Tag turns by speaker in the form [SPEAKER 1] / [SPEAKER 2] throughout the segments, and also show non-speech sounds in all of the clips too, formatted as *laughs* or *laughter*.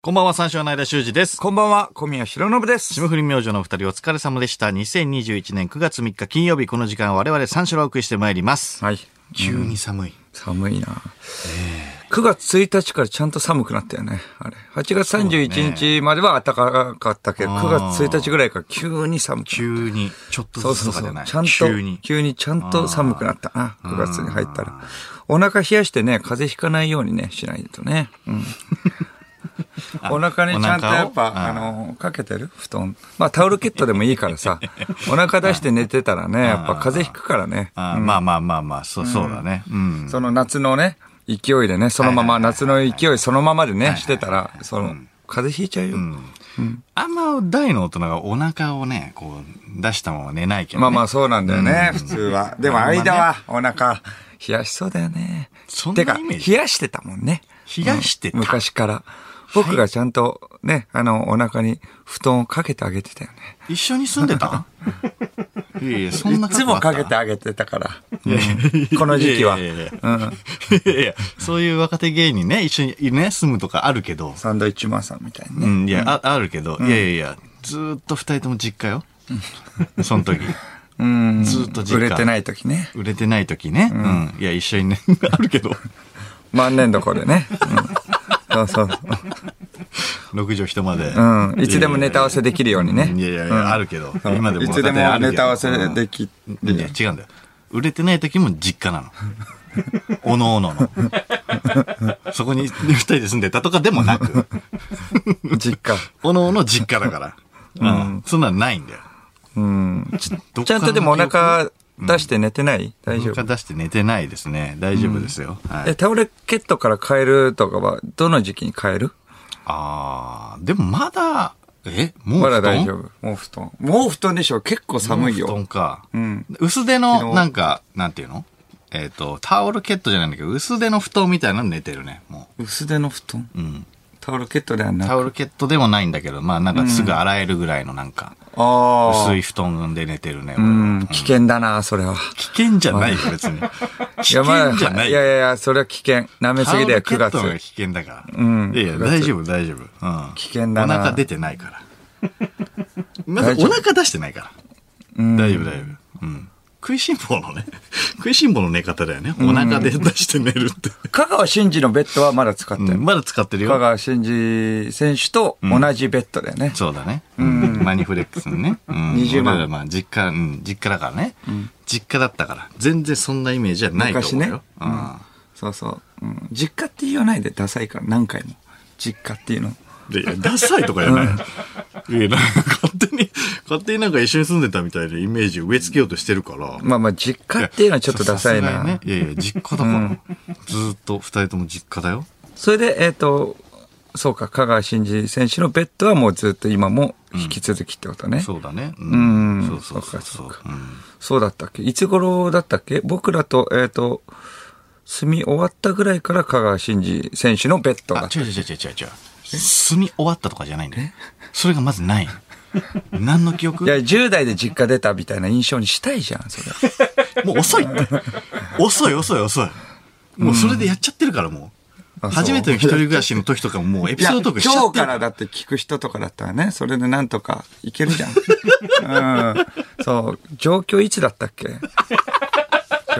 [SPEAKER 1] こんばんは、三章の間修二です。
[SPEAKER 2] こんばんは、小宮弘信です。
[SPEAKER 1] 霜降り明星のお二人お疲れ様でした。2021年9月3日金曜日、この時間は我々三章をお送りしてまいります。
[SPEAKER 2] はい。
[SPEAKER 1] 急に寒い。
[SPEAKER 2] 寒いな。9月1日からちゃんと寒くなったよね。あれ。8月31日までは暖かかったけど、
[SPEAKER 1] あー
[SPEAKER 2] 9月1日ぐらいから急に寒くなった。
[SPEAKER 1] 急に、ちょっと
[SPEAKER 2] そう
[SPEAKER 1] ずつ
[SPEAKER 2] そう
[SPEAKER 1] とか
[SPEAKER 2] そ
[SPEAKER 1] じゃ
[SPEAKER 2] う
[SPEAKER 1] ない。。
[SPEAKER 2] ちゃんと、
[SPEAKER 1] 急に。
[SPEAKER 2] 急にちゃんと寒くなったな。9月に入ったら。お腹冷やしてね、風邪ひかないようにね、しないとね。
[SPEAKER 1] *laughs*
[SPEAKER 2] うん。お腹にちゃんとやっ
[SPEAKER 1] お腹を
[SPEAKER 2] ぱ、あの、かけてる布団。まあタオルケットでもいいか
[SPEAKER 1] *laughs*
[SPEAKER 2] らさ、お腹出して寝てたらね、やっぱ風邪ひくからね。
[SPEAKER 1] あーまあまあまあまあ、そうそうだね。うん。
[SPEAKER 2] その夏のね、勢いでね、そのまま、夏の勢いそのままでね、してたら、その、風邪ひいちゃうよ。
[SPEAKER 1] あんま大の大人がお腹をね、こう、出したまま寝ないけど、ね。
[SPEAKER 2] まあまあそうなんだよね、普通は。でも
[SPEAKER 1] まあね
[SPEAKER 2] 間はお腹、冷やしそうだよね。
[SPEAKER 1] そんな
[SPEAKER 2] て
[SPEAKER 1] イメー
[SPEAKER 2] か、
[SPEAKER 1] ジ
[SPEAKER 2] 冷やしてたもんね。
[SPEAKER 1] 冷やしてた
[SPEAKER 2] うん昔から。僕がちゃんとね、あの、お腹に布団をかけてあげてたよね。
[SPEAKER 1] 一緒に住んで
[SPEAKER 2] *laughs*
[SPEAKER 1] たいやいや、そん
[SPEAKER 2] い
[SPEAKER 1] な
[SPEAKER 2] つもかけてあげてたから。うんこの時期
[SPEAKER 1] *laughs*
[SPEAKER 2] は。
[SPEAKER 1] いやいやいや
[SPEAKER 2] うん
[SPEAKER 1] いやいや、そういう若手芸人ね、一緒にね、住むとかあるけど。
[SPEAKER 2] サンドイッチマンさんみたいに
[SPEAKER 1] う
[SPEAKER 2] ね。
[SPEAKER 1] ん、いや、ああるけど、いやいやいや、ずーっと二人とも実
[SPEAKER 2] *laughs*
[SPEAKER 1] 家よ。その時。
[SPEAKER 2] うん。
[SPEAKER 1] ずっと実家
[SPEAKER 2] 売れてない時ね。
[SPEAKER 1] 売れてない時ね。うん。いや、一緒にね、 *laughs* あるけど、
[SPEAKER 2] 万年どこでね。う
[SPEAKER 1] *laughs*
[SPEAKER 2] ん、そうそう。
[SPEAKER 1] 6畳一間で。
[SPEAKER 2] うん。いつでもネタ合わせできるようにね。
[SPEAKER 1] いやいやいや
[SPEAKER 2] うん
[SPEAKER 1] あるけど
[SPEAKER 2] そう
[SPEAKER 1] 今でも
[SPEAKER 2] いつでもネタ合わせでき
[SPEAKER 1] いや、
[SPEAKER 2] る。
[SPEAKER 1] 違うんだよ。売れてない時も実家
[SPEAKER 2] *laughs*
[SPEAKER 1] なの。おのおのの。そこに二人で住んでたとかでもなく、
[SPEAKER 2] 実家。
[SPEAKER 1] おのおの実家だから。うん。そんなんないんだよ。
[SPEAKER 2] うん。
[SPEAKER 1] ちどっ
[SPEAKER 2] ち
[SPEAKER 1] から
[SPEAKER 2] ゃん
[SPEAKER 1] の
[SPEAKER 2] とでもお
[SPEAKER 1] 記憶
[SPEAKER 2] 腹出して寝てない大丈
[SPEAKER 1] お腹
[SPEAKER 2] 夫。
[SPEAKER 1] 出して寝てないですね。大丈夫ですよ。はい。
[SPEAKER 2] え、タオルケットから変えるとかは、どの時期に変える
[SPEAKER 1] あー、でもまだ、えもう
[SPEAKER 2] まだ
[SPEAKER 1] 布団
[SPEAKER 2] 大丈夫。もう布団。もう布団でしょ結構寒い
[SPEAKER 1] 布団
[SPEAKER 2] よ。
[SPEAKER 1] か。
[SPEAKER 2] うん。
[SPEAKER 1] 薄手
[SPEAKER 2] 昨
[SPEAKER 1] の、
[SPEAKER 2] 日
[SPEAKER 1] なんか、なんていうのえっ、と、タオルケットじゃないんだけど、薄手の布団みたいなの寝てるね、も
[SPEAKER 2] 薄手の布団
[SPEAKER 1] う。うん。
[SPEAKER 2] タオルケットではなく。
[SPEAKER 1] タオルケットでもないんだけど、まあなんかすぐ洗えるぐらいのなんか、
[SPEAKER 2] ああ。
[SPEAKER 1] 薄い布団で寝てるね、俺
[SPEAKER 2] う
[SPEAKER 1] は
[SPEAKER 2] ん。危険だな、それは。
[SPEAKER 1] 危険じゃないよ、別に。危険
[SPEAKER 2] ま
[SPEAKER 1] じゃないい。
[SPEAKER 2] やいやいや、それは危険。舐めすぎだよ、
[SPEAKER 1] タ
[SPEAKER 2] 9
[SPEAKER 1] オルケットの方が
[SPEAKER 2] 月。
[SPEAKER 1] 危険だから。
[SPEAKER 2] うん
[SPEAKER 1] いやいや、
[SPEAKER 2] 9月
[SPEAKER 1] 大丈夫、大丈夫。うん。
[SPEAKER 2] 危険だな
[SPEAKER 1] お腹出てない
[SPEAKER 2] *laughs*
[SPEAKER 1] から。まず
[SPEAKER 2] 大丈
[SPEAKER 1] お
[SPEAKER 2] 夫
[SPEAKER 1] 腹出してないから。
[SPEAKER 2] うん
[SPEAKER 1] 大丈夫、大丈夫。うん。食いしん坊のね、 *laughs* 食いしん坊の寝方だよね。お腹で出して寝るっ
[SPEAKER 2] *laughs*
[SPEAKER 1] て。
[SPEAKER 2] 香川真司のベッドはまだ使って
[SPEAKER 1] う
[SPEAKER 2] る
[SPEAKER 1] ん。まだ使ってる
[SPEAKER 2] 香
[SPEAKER 1] よ。
[SPEAKER 2] 川真司選手と同じベッドだよね。
[SPEAKER 1] そうだね。うん。マニフレックスのね。うん。
[SPEAKER 2] 20万
[SPEAKER 1] 俺らまあ、実家、うん、実家だからね。実家だったから。全然そんなイメージはないと思うよ。
[SPEAKER 2] 昔ねうんそうそう、うん実家って言わないでダサいから何回も実家っていうの
[SPEAKER 1] で、いやダサいとかじゃない。いや、なんか勝手に、勝手になんか一緒に住んでたみたいなイメージを植え付けようとしてるから。
[SPEAKER 2] まあまあ実家っていうのはちょっとダサい
[SPEAKER 1] さす
[SPEAKER 2] な
[SPEAKER 1] がにね、いやいや、実家だから。ずーっと二人とも実家だよ。
[SPEAKER 2] それでえっ、とそうか香川真司選手のベッドはもうずっと今も引き続きってことね、そう
[SPEAKER 1] そうだね。う
[SPEAKER 2] うん
[SPEAKER 1] そうそうそう
[SPEAKER 2] そ
[SPEAKER 1] そうう
[SPEAKER 2] か。
[SPEAKER 1] うん
[SPEAKER 2] だったっけいつ頃だったっけ僕らとえっ、と住み終わったぐらいから香川真司選手のベッド
[SPEAKER 1] あ
[SPEAKER 2] が、
[SPEAKER 1] 違う違う違う違う違う。住み終わったとかじゃないんだよ。それがまずない。何の記憶
[SPEAKER 2] いや10代で実家出たみたいな印象にしたいじゃんそ
[SPEAKER 1] *laughs*
[SPEAKER 2] れ
[SPEAKER 1] もう遅いって。遅い遅い遅い。もうそれでやっちゃってるからもう。
[SPEAKER 2] あそう
[SPEAKER 1] 初めての一人暮らしの時とかももうエピソードトークしちゃっ
[SPEAKER 2] 今日
[SPEAKER 1] てる
[SPEAKER 2] か
[SPEAKER 1] からら。
[SPEAKER 2] だって聞く人とかだったらね、それでなんとかいける
[SPEAKER 1] *laughs*
[SPEAKER 2] じゃん。うん。そう、上京いつだったっけ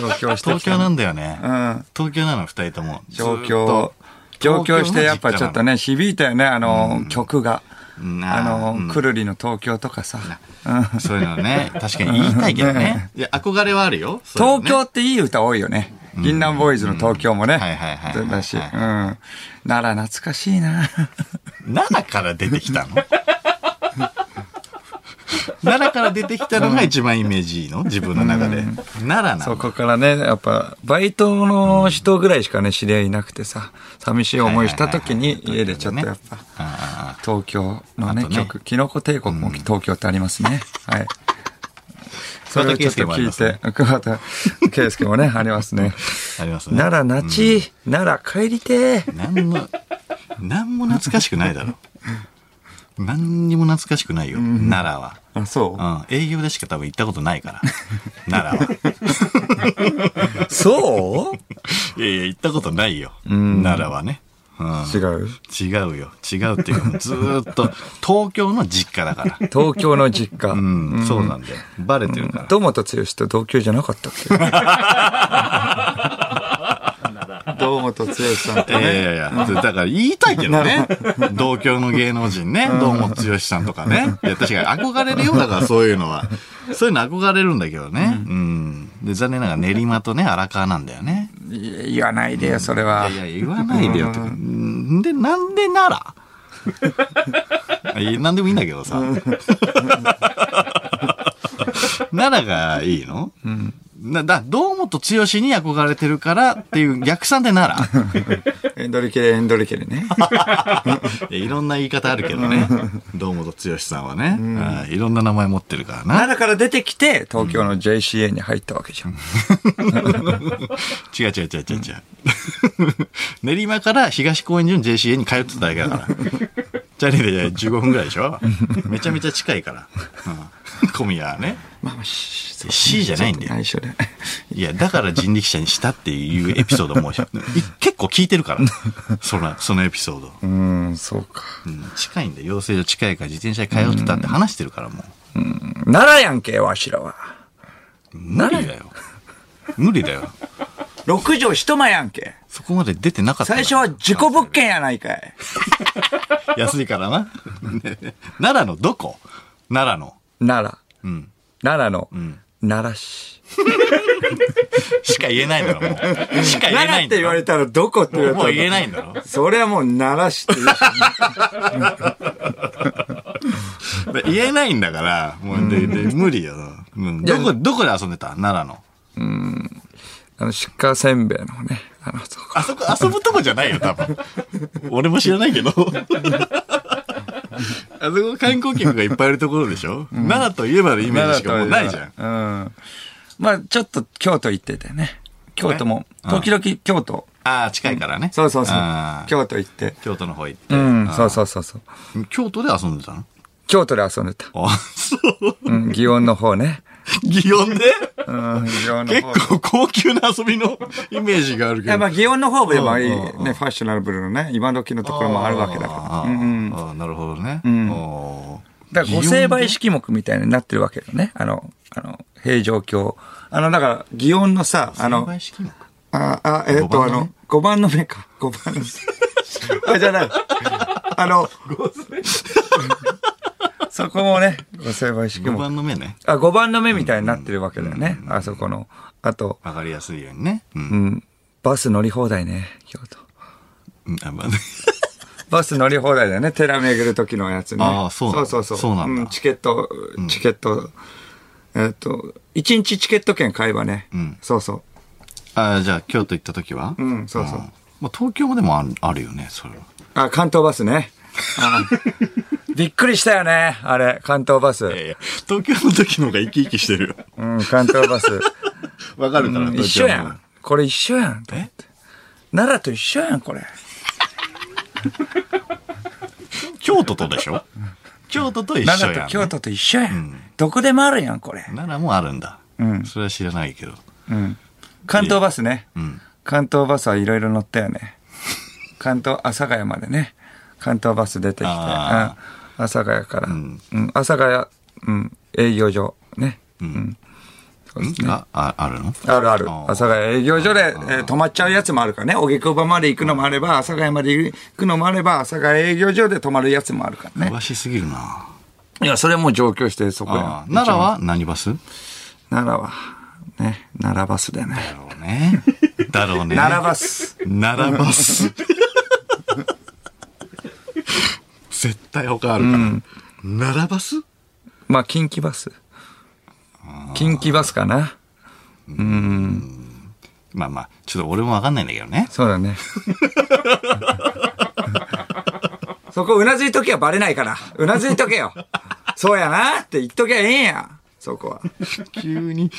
[SPEAKER 2] 上京して
[SPEAKER 1] 東
[SPEAKER 2] きた
[SPEAKER 1] 京
[SPEAKER 2] の
[SPEAKER 1] なんだよね。
[SPEAKER 2] うん。
[SPEAKER 1] 東京なの、二人とも。
[SPEAKER 2] 上
[SPEAKER 1] ずーっ
[SPEAKER 2] 京
[SPEAKER 1] と。
[SPEAKER 2] 上京してやっぱちょっと。ね、響いたよね、あの、曲が。
[SPEAKER 1] うん
[SPEAKER 2] あの、
[SPEAKER 1] うん
[SPEAKER 2] くるりの東京とかさ。
[SPEAKER 1] 東京の実家なのそういうのね、確かに言いたいけ
[SPEAKER 2] *laughs*
[SPEAKER 1] どね。いや、憧れはあるよ。そういう
[SPEAKER 2] 東
[SPEAKER 1] のね
[SPEAKER 2] 京っていい歌多いよね。銀杏ボーイズの東京もね。
[SPEAKER 1] はいはいはいはいはい
[SPEAKER 2] だし、うん。なら懐かしいな。
[SPEAKER 1] 奈良から出てきたの *laughs* 奈良から出てきたのが一番イメージいいの自分の中で。奈良な
[SPEAKER 2] そ
[SPEAKER 1] の。
[SPEAKER 2] こからね、やっぱ、バイトの人ぐらいしかね、知り合いいなくてさ、寂しい思いした時
[SPEAKER 1] はい
[SPEAKER 2] に、
[SPEAKER 1] はいはいはい
[SPEAKER 2] 家でちょっとやっぱ、
[SPEAKER 1] ああ
[SPEAKER 2] 東京の
[SPEAKER 1] あ、
[SPEAKER 2] ね
[SPEAKER 1] とね
[SPEAKER 2] 曲、キノコ帝国も東京ってありますね。
[SPEAKER 1] *laughs*
[SPEAKER 2] はい。それをちょっと聞いて、桑田圭介もね、ありますね。
[SPEAKER 1] ありますね。
[SPEAKER 2] 奈良なち、奈良帰りてー
[SPEAKER 1] なんの、なんも懐かしくないだろ。なんにも懐かしくないよ、奈良は。
[SPEAKER 2] あ、そ
[SPEAKER 1] う
[SPEAKER 2] う
[SPEAKER 1] ん、営業でしか多分行ったことないから。奈
[SPEAKER 2] *laughs*
[SPEAKER 1] 良は。
[SPEAKER 2] そ
[SPEAKER 1] *laughs*
[SPEAKER 2] う
[SPEAKER 1] いやいや、行ったことないよ。奈良はね。
[SPEAKER 2] 違う
[SPEAKER 1] 違うよ。違うっていうか、 *laughs* もうずーっと、東京の実家だから。
[SPEAKER 2] 東京の実家。
[SPEAKER 1] うん、そうなんだよ。バレてるか
[SPEAKER 2] 堂本剛と同居じゃなかったっけ堂本剛さんと
[SPEAKER 1] ら。いやい
[SPEAKER 2] ね。
[SPEAKER 1] やいや、だから言いたいけどね。同居の芸能人ね、堂本剛さんとかね。いや、確かに憧れるよ、だからそういうのは。そういうの憧れるんだけどね。うん。で、残念ながら練馬とね、荒川なんだよね。。
[SPEAKER 2] いや言わないでよ、それはい
[SPEAKER 1] やいや、言わないでよって。んで、なんでならいやなんでもいいんだけどさ。奈良がいいの、なだ、堂本剛に憧れてるからっていう逆算で *laughs* 奈良
[SPEAKER 2] エンドリケでエンドリケでね。
[SPEAKER 1] いやいろんな言い方あるけどね。堂本剛さんはね、あーいろんな名前持ってるからな。
[SPEAKER 2] 奈良から出てきて、東京の JCA に入ったわけじゃん。
[SPEAKER 1] 違う違う違う違う違う。 *laughs* 練馬から東公園所の JCA に通ってただけだから。チャリで15分ぐらいでしょめちゃめちゃ近いから。うん、小宮はね。
[SPEAKER 2] まあまあ、し
[SPEAKER 1] C じゃないんだよ。
[SPEAKER 2] 内緒で。
[SPEAKER 1] いや、だから人力車にしたっていうエピソードも、い結構聞いてるから。その、そのエピソード。
[SPEAKER 2] うーん、そうか。
[SPEAKER 1] うん近いんだよ。養成所近いから自転車に通ってたって話してるからも
[SPEAKER 2] 奈良やんけ、わしらは。
[SPEAKER 1] う。無理だよ。無理だよ。
[SPEAKER 2] 六畳一間やんけ。
[SPEAKER 1] そこまで出てなかったな。
[SPEAKER 2] 最初は事故物件やないかい。
[SPEAKER 1] 安いからな。ね奈良のどこ奈良の。
[SPEAKER 2] 奈良。
[SPEAKER 1] ん
[SPEAKER 2] 奈良の、奈良市。
[SPEAKER 1] しか言えないだろ、もう。しか言え
[SPEAKER 2] 奈
[SPEAKER 1] な
[SPEAKER 2] 良
[SPEAKER 1] い
[SPEAKER 2] っ
[SPEAKER 1] んだ
[SPEAKER 2] て言わ
[SPEAKER 1] ろ。
[SPEAKER 2] れたらどこって言われた
[SPEAKER 1] も
[SPEAKER 2] ら。
[SPEAKER 1] う言えないんだろ。
[SPEAKER 2] それはもう奈良市って言うし
[SPEAKER 1] で言えないんだから、もう、で、で、無理よ。うんどこ、どこで遊んでた奈良の。
[SPEAKER 2] あの、出荷せんべいのね、あの、そう
[SPEAKER 1] あそこ、遊ぶとこじゃないよ、多分。 *laughs* 俺も知らない *laughs* けど。あそこ観光客がいっぱいいるところでしょ、奈良といえばのイメージしかもうないじゃん。
[SPEAKER 2] ん。うん。まあ、ちょっと京都行っててね。京都も、時々京都。
[SPEAKER 1] ああ、近いからね。
[SPEAKER 2] そうそうそう
[SPEAKER 1] あ。ー
[SPEAKER 2] 京都行って。
[SPEAKER 1] 京都の方行って。
[SPEAKER 2] うん、そうそうそうそう。
[SPEAKER 1] 京都で遊んでたの
[SPEAKER 2] 京都で遊んでた。
[SPEAKER 1] あ、そう。 *laughs*
[SPEAKER 2] うん、祇園の方ね。
[SPEAKER 1] 祇園で
[SPEAKER 2] うん、祇園
[SPEAKER 1] 結構高級な遊びのイメージがある
[SPEAKER 2] い
[SPEAKER 1] け
[SPEAKER 2] や、
[SPEAKER 1] ど。
[SPEAKER 2] まあ、祇園の方でもいい、
[SPEAKER 1] う
[SPEAKER 2] ね、
[SPEAKER 1] んうん
[SPEAKER 2] ファッショナブルのね、今時のところもあるわけだから。
[SPEAKER 1] あーあーなるほどね。おー
[SPEAKER 2] だから、五成倍式目みたいになってるわけよね。あの、あの、平城京。あの、だから、祇園のさ、
[SPEAKER 1] 五
[SPEAKER 2] あ
[SPEAKER 1] 成
[SPEAKER 2] の、
[SPEAKER 1] 倍式目
[SPEAKER 2] あ、あ、えっ、
[SPEAKER 1] 五
[SPEAKER 2] と、あ
[SPEAKER 1] 番のね
[SPEAKER 2] の、5番の目か。5番の
[SPEAKER 1] *laughs*
[SPEAKER 2] *laughs* 目。あ、じゃない。あの、そこもね、五成倍式
[SPEAKER 1] 五
[SPEAKER 2] 目。
[SPEAKER 1] 番の目ね。
[SPEAKER 2] あ、5番の目みたいになってるわけだよね。あそこの。あと、
[SPEAKER 1] わかりやすいようにね。う。
[SPEAKER 2] うんん、バス乗り放題ね、京都。
[SPEAKER 1] うんあま *laughs* あ
[SPEAKER 2] バス乗り放題だよね。寺巡る時のやつね。
[SPEAKER 1] ああそうなんだ
[SPEAKER 2] そうそう
[SPEAKER 1] そ
[SPEAKER 2] そう。
[SPEAKER 1] うなんだ
[SPEAKER 2] チケット、チケット、えっと、一日チケット券買えばね。
[SPEAKER 1] ん
[SPEAKER 2] そうそ
[SPEAKER 1] あーじゃあ、京都行った時は
[SPEAKER 2] う。うん、そうそう。
[SPEAKER 1] まあ、東京までもあるあるよね、それは。
[SPEAKER 2] あ、関東バスね。あびっくりしたよね。あれ、関東バス。
[SPEAKER 1] いやいや、東京の時の方が生き生きして *laughs* るよ。
[SPEAKER 2] うん、関東バス。
[SPEAKER 1] わかるから、
[SPEAKER 2] 一緒やん。これ一緒やん。
[SPEAKER 1] え
[SPEAKER 2] 奈良と一緒やん、これ。
[SPEAKER 1] 京都とでしょ京都と一緒
[SPEAKER 2] 奈良
[SPEAKER 1] や
[SPEAKER 2] と
[SPEAKER 1] ん。
[SPEAKER 2] 京都と一緒やん。どこでもあるやん、これ。
[SPEAKER 1] 奈良もあるんだ。
[SPEAKER 2] うん
[SPEAKER 1] それは知らないけど。
[SPEAKER 2] うん。関東バスね。
[SPEAKER 1] うん。
[SPEAKER 2] 関東バスはいろいろ乗ったよね。関東、阿佐ヶ谷までね。関東バス出てきて。うん阿
[SPEAKER 1] あ
[SPEAKER 2] 佐ヶ谷から。うんん。阿佐ヶ谷、うん。営業所。ね。うん。そうです
[SPEAKER 1] ん
[SPEAKER 2] ね。
[SPEAKER 1] あ、ああるの
[SPEAKER 2] あるある。
[SPEAKER 1] あー
[SPEAKER 2] 阿佐ヶ谷営業所で、えー泊まっちゃうやつもあるからね。荻窪まで行くのもあれば、阿佐ヶ谷まで行くのもあれば、阿佐ヶ谷営業所で泊まるやつもあるからね。
[SPEAKER 1] 詳しすぎるな。
[SPEAKER 2] いや、それも上京してそこや
[SPEAKER 1] あ。ー奈良は何バス
[SPEAKER 2] 奈良は、ね、奈良バスだよね。
[SPEAKER 1] だろうね。 *laughs* だろうね。
[SPEAKER 2] 奈良バス。
[SPEAKER 1] 奈良バス。絶対他あるから。奈良バス
[SPEAKER 2] まあ、近畿バス。近畿バスかな。
[SPEAKER 1] まあまあ、ちょっと俺もわかんないんだけどね。
[SPEAKER 2] そ
[SPEAKER 1] *laughs*
[SPEAKER 2] うだね。そこうなずいとけはバレないから。うなずいとけよ。そうやなって言っときゃええんや。そこは。
[SPEAKER 1] 急に、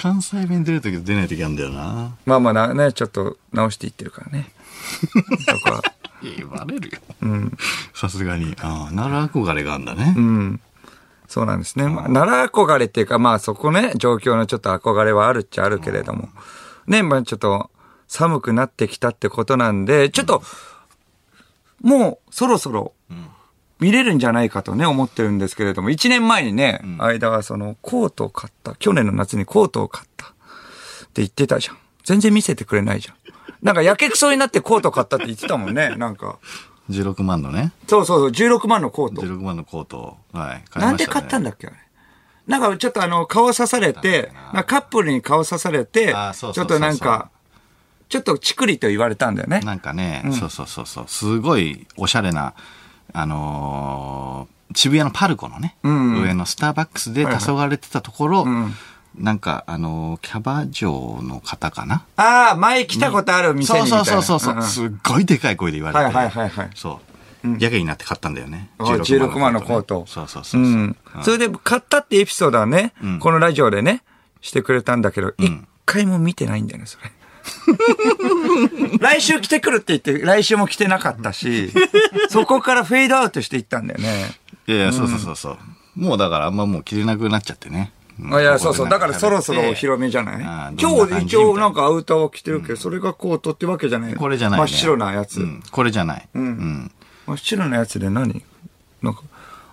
[SPEAKER 1] 関西弁出るときと出ないときあるんだよな。
[SPEAKER 2] まあまあなね、ちょっと直していってるからね。そこは。
[SPEAKER 1] いや、バレるよ。さすがに。ああ、奈良憧れがあんだね。
[SPEAKER 2] うん。そうなんですね。まあ、奈良憧れっていうか、まあそこね、状況のちょっと憧れはあるっちゃあるけれども。ね、まあちょっと寒くなってきたってことなんで、ちょっと、もうそろそろ見れるんじゃないかとね、思ってるんですけれども、1年前にね、間はそのコートを買った。去年の夏にコートを買った。って言ってたじゃん。全然見せてくれないじゃん。なんかやけくそになってコート買ったって言ってたもんね、なんか。
[SPEAKER 1] 16万のね。
[SPEAKER 2] そうそうそう、16万のコート。
[SPEAKER 1] 16万のコートを。はい。買いましたね
[SPEAKER 2] なんで買ったんだっけあれなんかちょっとあの、顔刺されて、なんかカップルに顔刺されて、ち
[SPEAKER 1] あー
[SPEAKER 2] ょ
[SPEAKER 1] そう
[SPEAKER 2] っ
[SPEAKER 1] そうそうそう
[SPEAKER 2] となんか、ちょっとチクリと言われたんだよね。
[SPEAKER 1] なんかね、そうそうそうそう、すごいおしゃれな、あのー渋谷のパルコのね、上のスターバックスで黄昏れてたところ、なんか、あのーキャバ嬢の方かな
[SPEAKER 2] ああ、前来たことある店
[SPEAKER 1] そう
[SPEAKER 2] にみたい
[SPEAKER 1] そう
[SPEAKER 2] な。
[SPEAKER 1] そうそう、
[SPEAKER 2] んん
[SPEAKER 1] すっごいでかい声で言われて、
[SPEAKER 2] はいはいはいはい
[SPEAKER 1] そう、やけになって買ったんだよね。
[SPEAKER 2] あ16万のコート
[SPEAKER 1] ねそうそうそうう。
[SPEAKER 2] ん。それで買ったってエピソードはね、このラジオでね、してくれたんだけど、一、回も見てないんだよね、それ。 *laughs* 来週来てくるって言って、来週も来てなかったし、そこからフェードアウトしていったんだよね。
[SPEAKER 1] いやいや、そうそうそうそう。もうだから、あんまもう着れなくなっちゃってね。ん
[SPEAKER 2] あいや、そうそう。だからそろそろお披
[SPEAKER 1] 広
[SPEAKER 2] 露目じゃ
[SPEAKER 1] あ
[SPEAKER 2] な
[SPEAKER 1] あ
[SPEAKER 2] い
[SPEAKER 1] どんな
[SPEAKER 2] 今
[SPEAKER 1] 感じ
[SPEAKER 2] 日一応なんかアウターを着てるけど、それがコートってわけじゃない。
[SPEAKER 1] これじゃない、ね。
[SPEAKER 2] 真っ白なやつ。
[SPEAKER 1] うんこれじゃない。うん。
[SPEAKER 2] 真っ白なやつで何なんか、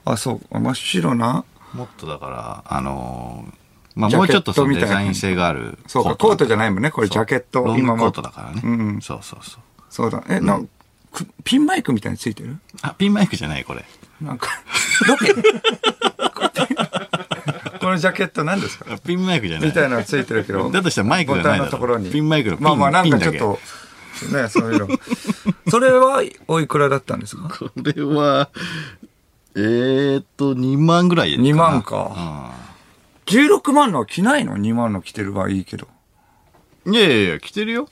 [SPEAKER 2] あ、そう、真っ白な
[SPEAKER 1] もっとだから、あのーまあ
[SPEAKER 2] ジャ
[SPEAKER 1] も
[SPEAKER 2] ケッ
[SPEAKER 1] う
[SPEAKER 2] ト
[SPEAKER 1] ちょっとその
[SPEAKER 2] みた
[SPEAKER 1] デ
[SPEAKER 2] いな
[SPEAKER 1] ザイン性がある。
[SPEAKER 2] そうか、コートじゃ
[SPEAKER 1] い。
[SPEAKER 2] ないもんね。これジャケット。
[SPEAKER 1] ロングコート
[SPEAKER 2] も
[SPEAKER 1] だからね。
[SPEAKER 2] うん
[SPEAKER 1] そうそうそう。
[SPEAKER 2] そうだ。え、なんくピンマイクみたいについてる
[SPEAKER 1] あ、ピンマイクじゃない、これ。
[SPEAKER 2] なんか、ロケ *laughs* このジャケット何ですか
[SPEAKER 1] あピンマイクじゃない。
[SPEAKER 2] *laughs* みたいなのついてるけど。
[SPEAKER 1] だとしたらマイクじゃないだろ
[SPEAKER 2] ボタンのところに。
[SPEAKER 1] ピンマイクのピン
[SPEAKER 2] まあまあなんかちょっ
[SPEAKER 1] ピンだ
[SPEAKER 2] と、ね、そういうの。 *laughs* それは、おいくらだったんですか
[SPEAKER 1] これは、えーっと、2万ぐらいかな。
[SPEAKER 2] 2万か。16万のは着ないの ?2 万の着てるはいいけど。
[SPEAKER 1] うん。いやいやいや、着てるよ。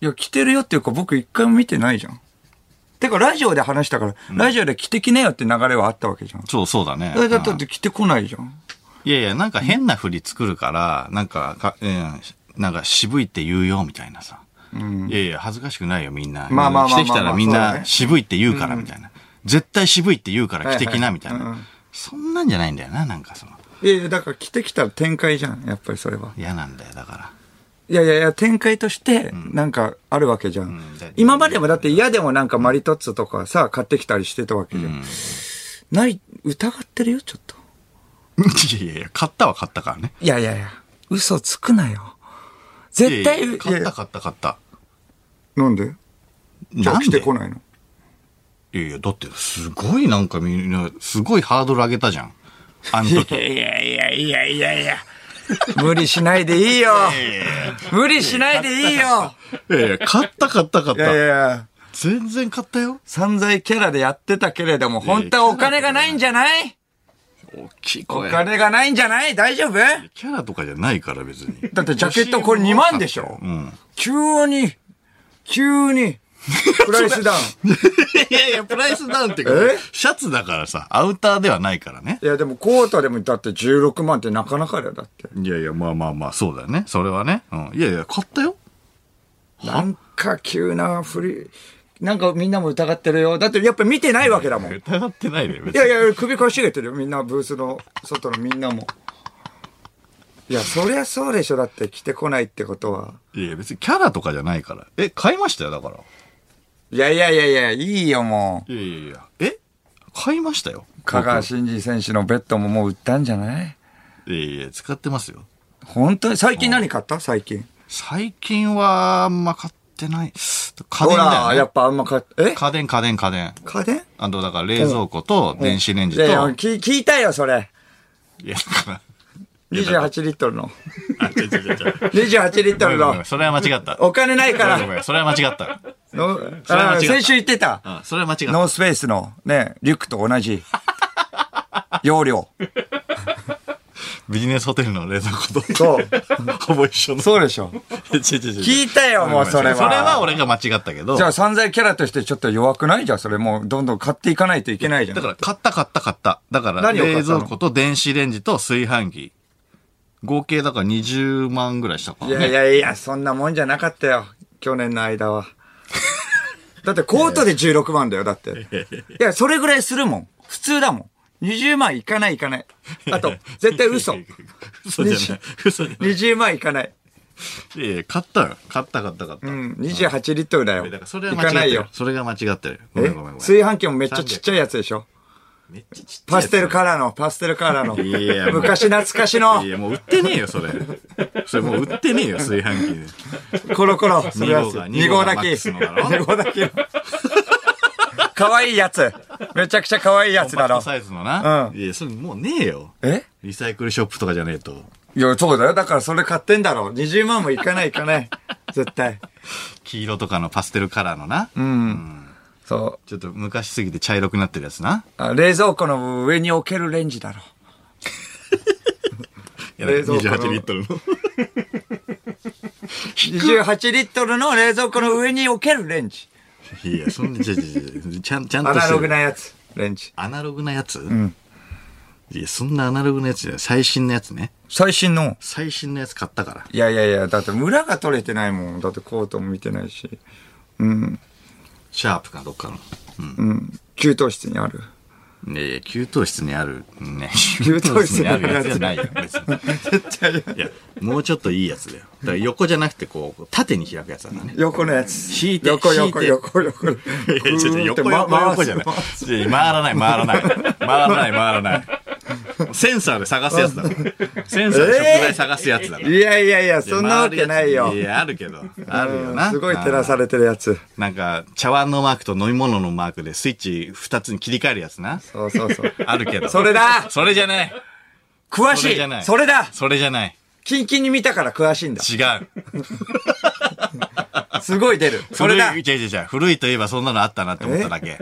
[SPEAKER 2] いや、着てるよっていうか僕一回も見てないじゃん。てか、ラジオで話したから、ラジオで着てきなよって流れはあったわけじゃん。
[SPEAKER 1] そう、そうだね。
[SPEAKER 2] だだだ
[SPEAKER 1] う
[SPEAKER 2] っ
[SPEAKER 1] ん
[SPEAKER 2] て着てこないじゃん。
[SPEAKER 1] いやいや、なんか変な振り作るから、なんかか、うん、なんか渋いって言うよ、みたいなさ。いやいや、恥ずかしくないよ、みんな。
[SPEAKER 2] まあまあまあまあ
[SPEAKER 1] 着てきたらみん
[SPEAKER 2] そうだ
[SPEAKER 1] な
[SPEAKER 2] ね
[SPEAKER 1] 渋いって言うから、みたいな。絶対渋いって言うから着てき
[SPEAKER 2] はいは
[SPEAKER 1] な、
[SPEAKER 2] い
[SPEAKER 1] みたい
[SPEAKER 2] うんう。
[SPEAKER 1] なんそんなんじゃないんだよな、なんかその。
[SPEAKER 2] いやいや、だから着てきたら展開じゃん。やっぱりそれは。
[SPEAKER 1] 嫌なんだよ、だから。
[SPEAKER 2] いやいやいや、展開として、なんかあるわけじゃん。
[SPEAKER 1] んだ
[SPEAKER 2] 今までもだって嫌でもなんかマリトッツォとかさ、買ってきたりしてたわけじゃん。ない、疑ってるよ、ちょっと。
[SPEAKER 1] *laughs* いやいやいや、買ったは買ったからね。
[SPEAKER 2] いやいやいや、嘘つくなよ。
[SPEAKER 1] い
[SPEAKER 2] 絶
[SPEAKER 1] やい
[SPEAKER 2] 対、
[SPEAKER 1] や買っ
[SPEAKER 2] い
[SPEAKER 1] た
[SPEAKER 2] や
[SPEAKER 1] 買った買った。
[SPEAKER 2] なんでじゃ
[SPEAKER 1] な
[SPEAKER 2] あ
[SPEAKER 1] ん
[SPEAKER 2] 来てこ
[SPEAKER 1] で
[SPEAKER 2] ないの
[SPEAKER 1] いやいや、だってすごいなんかみんな、すごいハードル上げたじゃん。あの時。
[SPEAKER 2] いやいやいやいやいや。無理しないでいいよ。無理しないでいいよ。
[SPEAKER 1] いやいや、買った買った買っ
[SPEAKER 2] いやいや
[SPEAKER 1] た。
[SPEAKER 2] いや。
[SPEAKER 1] 全然買ったよ。
[SPEAKER 2] 散財キャラでやってたけれども、本当はお金がないんじゃない
[SPEAKER 1] 大きい
[SPEAKER 2] お
[SPEAKER 1] 声。
[SPEAKER 2] 金がないんじゃない大丈夫だ
[SPEAKER 1] キャラとかじゃないから別
[SPEAKER 2] *laughs*
[SPEAKER 1] に。
[SPEAKER 2] ってジャケットこれ2万でしょ
[SPEAKER 1] うん。
[SPEAKER 2] 急に、急 *laughs* に、プライスダウン。
[SPEAKER 1] いやいや、プライスダウンっていうか
[SPEAKER 2] え
[SPEAKER 1] シャツだからさ、アウターではないからね。
[SPEAKER 2] *laughs* いやでもコートでもだって16万ってなかなかだよ、だって。
[SPEAKER 1] いやいや、まあまあまあ、そうだよね。それはね。うん。いやいや、買ったよ。
[SPEAKER 2] なんか急な振り、なんかみんなも疑ってるよ。だってやっぱ見てないわけだもん。
[SPEAKER 1] 疑ってないで、別
[SPEAKER 2] いやいや、首かしげてるよ、みんな、ブースの外のみんなも。いや、そりゃそうでしょ、だって来てこないってことは。
[SPEAKER 1] に。いやいや、別にキャラとかじゃないから。え、買いましたよ、だから。
[SPEAKER 2] いやいやいやいや、いいよ、も
[SPEAKER 1] いやいやいや。え買いましたよ
[SPEAKER 2] う。。香川真司選手のベッドももう売ったんじゃない
[SPEAKER 1] 僕いやいや、使ってますよ。
[SPEAKER 2] 本当に最近何買った最近。
[SPEAKER 1] 最近は、あんま買ってない。家
[SPEAKER 2] ほ
[SPEAKER 1] 電だよ、
[SPEAKER 2] ら、
[SPEAKER 1] ね。
[SPEAKER 2] やっぱあんま買っえ
[SPEAKER 1] 家電、家電、家電。
[SPEAKER 2] 家電
[SPEAKER 1] あと、だから冷蔵庫と電子レンジと。
[SPEAKER 2] いやいや聞聞いたよ、それ。
[SPEAKER 1] いや、だから。
[SPEAKER 2] 28リットルの。
[SPEAKER 1] *laughs* あ、違う違う違う。
[SPEAKER 2] 28リット
[SPEAKER 1] ごめ
[SPEAKER 2] ル
[SPEAKER 1] んごめ
[SPEAKER 2] の
[SPEAKER 1] ん。それは間違った。
[SPEAKER 2] お金ないか
[SPEAKER 1] ごめ
[SPEAKER 2] ら。
[SPEAKER 1] ん、それは間違った。
[SPEAKER 2] の
[SPEAKER 1] それは間違
[SPEAKER 2] あ
[SPEAKER 1] った
[SPEAKER 2] 先週言ってた。
[SPEAKER 1] うん、それは間違った。
[SPEAKER 2] ノースペースのね、リュックと
[SPEAKER 1] *laughs*
[SPEAKER 2] 同じ。容量。
[SPEAKER 1] ビジネスホテルの冷蔵庫と。
[SPEAKER 2] そう。
[SPEAKER 1] ほぼ一緒の。
[SPEAKER 2] そうでしょ。
[SPEAKER 1] *laughs* 違う違う違う
[SPEAKER 2] 聞いたよ、もうそれは。
[SPEAKER 1] それは俺が間違ったけど。
[SPEAKER 2] じ
[SPEAKER 1] だ
[SPEAKER 2] ゃあ散財キャラとしてちょっと弱くないじゃん、それもうどんどん買っていかないといけないじゃん。
[SPEAKER 1] から、買った買った買った。だから、
[SPEAKER 2] 何を買った
[SPEAKER 1] 冷
[SPEAKER 2] の
[SPEAKER 1] 蔵庫と電子レンジと炊飯器。合計だから20万ぐらいしたから
[SPEAKER 2] い
[SPEAKER 1] ね。
[SPEAKER 2] やいやいや、そんなもんじゃなかったよ、去年の間は。だってコートで16万だよ、だって。いや、それぐらいするもん。普通だもん。20万い
[SPEAKER 1] *laughs*
[SPEAKER 2] かないいかない。あと、絶対嘘。
[SPEAKER 1] 嘘じゃない。嘘じゃない。
[SPEAKER 2] 20万いかない。
[SPEAKER 1] いやいや、買ったよ。買った買った買った。
[SPEAKER 2] うん、28リットルだよ。
[SPEAKER 1] だからそれは
[SPEAKER 2] 行
[SPEAKER 1] 間違
[SPEAKER 2] か
[SPEAKER 1] ってる。
[SPEAKER 2] ないよ。
[SPEAKER 1] それが間違ってる。ごめ
[SPEAKER 2] え
[SPEAKER 1] んごめんごめん。
[SPEAKER 2] 炊飯器もめっちゃちっちゃいやつでしょ
[SPEAKER 1] めっちゃちっちゃいやつ
[SPEAKER 2] パステルカラーの、パステルカラーの。
[SPEAKER 1] いやもう
[SPEAKER 2] 昔懐かしの
[SPEAKER 1] い、や、もう売ってねえよ、それ。それもう売ってねえよ、炊飯器で。
[SPEAKER 2] コロコロ、それは
[SPEAKER 1] 二号が
[SPEAKER 2] 2号だ
[SPEAKER 1] マッ
[SPEAKER 2] け。
[SPEAKER 1] クスのだろ
[SPEAKER 2] 2号だけ。可愛いやつ。めちゃくちゃ可愛いや
[SPEAKER 1] コ
[SPEAKER 2] つ
[SPEAKER 1] ンパ
[SPEAKER 2] だ
[SPEAKER 1] クト
[SPEAKER 2] ろ。
[SPEAKER 1] サイズのな。
[SPEAKER 2] うん
[SPEAKER 1] いや、それもうねえよ。
[SPEAKER 2] え
[SPEAKER 1] リサイクルショップとかじゃねえと。
[SPEAKER 2] いや、そうだよ。だからそれ買ってんだろ。20万もいかないいかない。絶対。
[SPEAKER 1] 黄色とかのパステルカラーのな。
[SPEAKER 2] うん。そう。
[SPEAKER 1] ちょっと昔すぎて茶色くなってるやつな。
[SPEAKER 2] あ冷蔵庫の上に置けるレンジだろ。
[SPEAKER 1] いや、だから
[SPEAKER 2] 冷蔵庫
[SPEAKER 1] 28
[SPEAKER 2] の
[SPEAKER 1] リットルの。
[SPEAKER 2] 28リットルの冷蔵庫の上に置けるレンジ。
[SPEAKER 1] *laughs* いや、そんな、ちゃち
[SPEAKER 2] *laughs*
[SPEAKER 1] ゃん、ちゃんと
[SPEAKER 2] ア
[SPEAKER 1] してる
[SPEAKER 2] ナログなやつ。レンジ。
[SPEAKER 1] アナログなやついや、そんなアナログなやつじゃない。最新のやつね。
[SPEAKER 2] 最新の。
[SPEAKER 1] 最新のやつ買ったから。
[SPEAKER 2] いやいやいや、だって村が取れてないもん。だってコートも見てないし。うん。
[SPEAKER 1] シャープかどっかの。
[SPEAKER 2] うん。給湯室にある。
[SPEAKER 1] いやいや、給湯室にある、ね。
[SPEAKER 2] 給湯室にある
[SPEAKER 1] 給湯
[SPEAKER 2] や
[SPEAKER 1] 室
[SPEAKER 2] つ
[SPEAKER 1] にあるやつじゃないよ、
[SPEAKER 2] *laughs* 絶対
[SPEAKER 1] 別に。いや、もうちょっといいやつだよ。だから横じゃなくて、こう、縦に開くやつだね。
[SPEAKER 2] 横のやつ。
[SPEAKER 1] 引いて
[SPEAKER 2] 横
[SPEAKER 1] 引い
[SPEAKER 2] 横
[SPEAKER 1] て
[SPEAKER 2] 横横。
[SPEAKER 1] *laughs* いやいやちょちょ横
[SPEAKER 2] ぐーっ
[SPEAKER 1] 横
[SPEAKER 2] てま
[SPEAKER 1] 横じゃない。いや回らない、回らない。回らない、回らない。センサーで探すやつだから。センサーで食材探すやつだから。
[SPEAKER 2] いやいやいや、そんなわけないよ
[SPEAKER 1] い。や、あるけど。あるよな。
[SPEAKER 2] すごい照らされてるやつ。
[SPEAKER 1] なんか、茶碗のマークと飲み物のマークでスイッチ2つに切り替えるやつな。
[SPEAKER 2] そうそうそう。
[SPEAKER 1] あるけど。
[SPEAKER 2] それだ
[SPEAKER 1] それじゃない
[SPEAKER 2] 詳
[SPEAKER 1] そ
[SPEAKER 2] し
[SPEAKER 1] れじゃない
[SPEAKER 2] いそれだ
[SPEAKER 1] それじゃない。
[SPEAKER 2] キンキンに見たから詳しいんだ。
[SPEAKER 1] 違う。
[SPEAKER 2] すごい *laughs* 出る。それだ
[SPEAKER 1] 古
[SPEAKER 2] い
[SPEAKER 1] い、違う違う違う古いといえばそんなのあったなって思っただけ。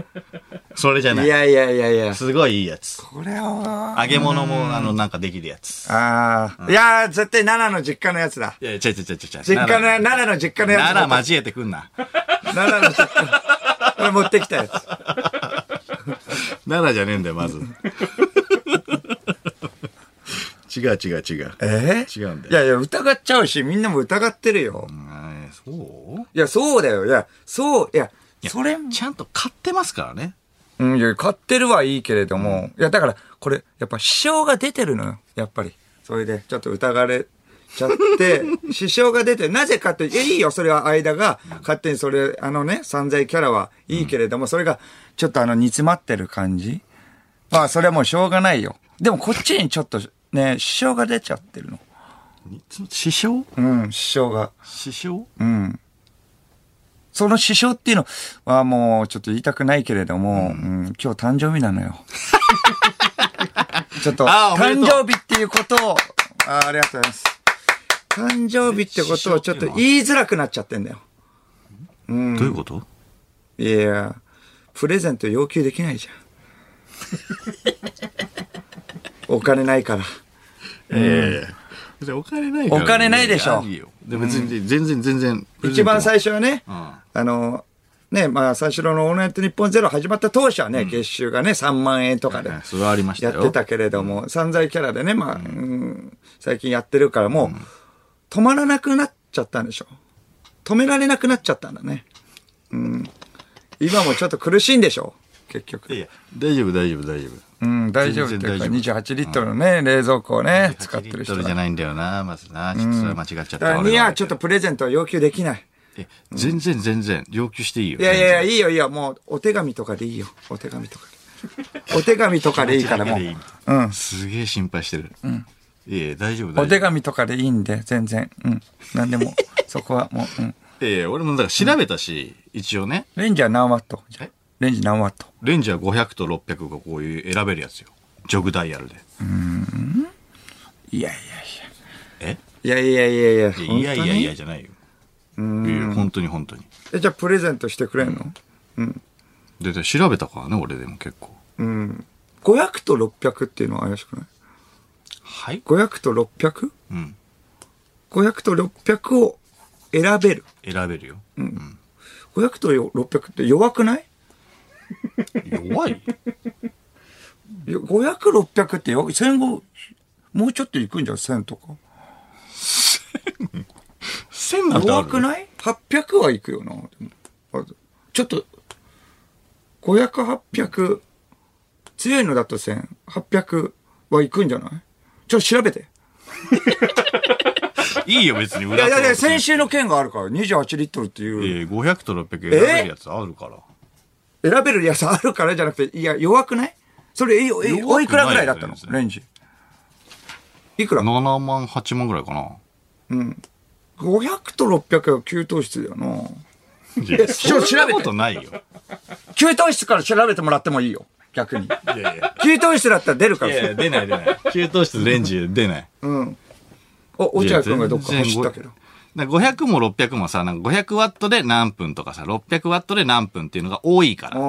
[SPEAKER 1] それじゃない。
[SPEAKER 2] やいやいやいや。
[SPEAKER 1] すごいいいやつ。
[SPEAKER 2] これは、
[SPEAKER 1] 揚げ物も、あの、なんかできるやつ。
[SPEAKER 2] ああ。いやー、絶対奈良の実家のやつだ。
[SPEAKER 1] いや、違う違う違う違う。
[SPEAKER 2] 実家の、
[SPEAKER 1] 奈
[SPEAKER 2] 奈良の実家の
[SPEAKER 1] 良
[SPEAKER 2] やつだ。
[SPEAKER 1] 奈良交えてくんな。
[SPEAKER 2] 奈良の実家。 *laughs* これ持ってきたやつ。
[SPEAKER 1] 奈良じゃねえんだよ、ま *laughs* ず。違う違う違う。
[SPEAKER 2] え
[SPEAKER 1] 違うんだよ
[SPEAKER 2] いやいや、疑っちゃうし、みんなも疑ってるよ。
[SPEAKER 1] あーそう
[SPEAKER 2] いや、そうだよ。いや、そう、いや、
[SPEAKER 1] いや
[SPEAKER 2] それ、
[SPEAKER 1] ちゃんと買ってますからね。
[SPEAKER 2] うん、いや、買ってるはいいけれども、いや、だから、これ、やっぱ、支障が出てるのよ。やっぱり。それで、ちょっと疑われちゃって、支障が出て、なぜかって、いや、いいよ、それは間が、勝手にそれ、あのね、散財キャラはいいけれども、それが、ちょっとあの、煮詰まってる感じ。まあ、それはもうしょうがないよ。でも、こっちにちょっと、ね、支障が出ちゃってるの。
[SPEAKER 1] 師匠
[SPEAKER 2] うん、支障が。
[SPEAKER 1] 師匠
[SPEAKER 2] うん。その師匠っていうのはもうちょっと言いたくないけれども、うん今日誕生日なの *laughs* よ。ちょっと、
[SPEAKER 1] あーおめで
[SPEAKER 2] 誕
[SPEAKER 1] とう
[SPEAKER 2] 生日っていうことを、あーありがとうございます。誕生日ってことをちょっと言いづらくなっちゃってんだよ。
[SPEAKER 1] どういうこと
[SPEAKER 2] いや、プレゼント要求できないじ *laughs* ゃん。お金ないから。
[SPEAKER 1] ええお金ないからね
[SPEAKER 2] お金ないでしょ
[SPEAKER 1] あるよでも全然、全然、全然。
[SPEAKER 2] 一番最初はね、
[SPEAKER 1] ん
[SPEAKER 2] あの、ね、まあ、三四郎のオールナイト日本ゼロ始まった当初はね、月収がね、3万円とかで
[SPEAKER 1] はいはいそれはありました
[SPEAKER 2] や
[SPEAKER 1] よ
[SPEAKER 2] ってたけれども、散財キャラでね、まあ、うん最近やってるからもう、止まらなくなっちゃったんでしょ。止められなくなっちゃったんだね。うん。今もちょっと苦しいんでしょ結
[SPEAKER 1] い
[SPEAKER 2] 局。
[SPEAKER 1] やいや大丈夫、大丈夫、大丈夫。
[SPEAKER 2] うん、大丈夫って
[SPEAKER 1] 全
[SPEAKER 2] い
[SPEAKER 1] 然
[SPEAKER 2] うか、
[SPEAKER 1] 大丈夫
[SPEAKER 2] 28リットルのね、冷蔵庫をね、使って
[SPEAKER 1] 8
[SPEAKER 2] る
[SPEAKER 1] リット
[SPEAKER 2] 人
[SPEAKER 1] ルじゃ
[SPEAKER 2] だ。
[SPEAKER 1] ないんだよな、まずな。ちょっとそれは間違っちゃった。
[SPEAKER 2] だから、に
[SPEAKER 1] 俺
[SPEAKER 2] は
[SPEAKER 1] は
[SPEAKER 2] ちょっとプレゼントは要求できない。
[SPEAKER 1] え全然、全然、要求していいよ。
[SPEAKER 2] いやいやいや、
[SPEAKER 1] い
[SPEAKER 2] いいよいいよ、もう、お手紙とかでいいよ。お手紙とかで。お手紙とかでいいからもう。うん。
[SPEAKER 1] すげえ心配してる。うん。いやいや大丈夫、
[SPEAKER 2] *laughs*
[SPEAKER 1] 大
[SPEAKER 2] お
[SPEAKER 1] 丈
[SPEAKER 2] 手紙とかでいいんで、全然。うん。なんでも、そこはもう、うん。
[SPEAKER 1] 夫。いやいや俺もだから調べたし、一応ね、
[SPEAKER 2] レンジは何ワットじゃ
[SPEAKER 1] え
[SPEAKER 2] レンジ何ワット
[SPEAKER 1] レンジャー500と600がこういう選べるやつよ。ジョグダイヤルで。
[SPEAKER 2] いやい
[SPEAKER 1] え
[SPEAKER 2] やいや。いやいやいやいや。
[SPEAKER 1] いやいやいやいや
[SPEAKER 2] 本
[SPEAKER 1] じゃないよ。いや本当に本当に。
[SPEAKER 2] 当にえ、じゃあプレゼントしてくれんの
[SPEAKER 1] で、で調べたからね、俺でも結構。
[SPEAKER 2] うん。500と600っていうのは怪しくない
[SPEAKER 1] はい。
[SPEAKER 2] ?500 と 600?500
[SPEAKER 1] うん。
[SPEAKER 2] と600を選べる。
[SPEAKER 1] 選べるよ。
[SPEAKER 2] 500と600って弱くない
[SPEAKER 1] 弱い
[SPEAKER 2] いや500、600ってよ、1500、もうちょっといくんじゃん、1000とか。
[SPEAKER 1] ?1000 なんてあ
[SPEAKER 2] 弱
[SPEAKER 1] る
[SPEAKER 2] くない ?800 はいくよな。でもあちょっと、500、800、強いのだと1000、800はいくんじゃないちょっと調べて。
[SPEAKER 1] いいよ、別に。い
[SPEAKER 2] いやいやいや、先週の件があるから、28リットルっていう、
[SPEAKER 1] えー、500と600選べるやつあるから。
[SPEAKER 2] 選べるやつあるからじゃなくて、いや、弱くないそれ、え、え、
[SPEAKER 1] 弱くない
[SPEAKER 2] おいくらぐらいだったの
[SPEAKER 1] ですね
[SPEAKER 2] レンジ。いくら
[SPEAKER 1] 7万、8万ぐらいかな。
[SPEAKER 2] ?500 と600は給湯室だよな。
[SPEAKER 1] いや、
[SPEAKER 2] ちょっと
[SPEAKER 1] そ
[SPEAKER 2] 調べて
[SPEAKER 1] んなことないよ。
[SPEAKER 2] 給湯室から調べてもらってもいいよ。逆に。
[SPEAKER 1] いやいや。
[SPEAKER 2] 給湯室だったら出るからさ。
[SPEAKER 1] 出ない出ない。給湯室レンジ出ない。
[SPEAKER 2] お、 *laughs* 落合くんがどっか
[SPEAKER 1] 全然
[SPEAKER 2] 走ったけど。
[SPEAKER 1] だから500も600もさ、なんか500ワットで何分とかさ、600ワットで何分っていうのが多いか
[SPEAKER 2] あ
[SPEAKER 1] ら、
[SPEAKER 2] あ。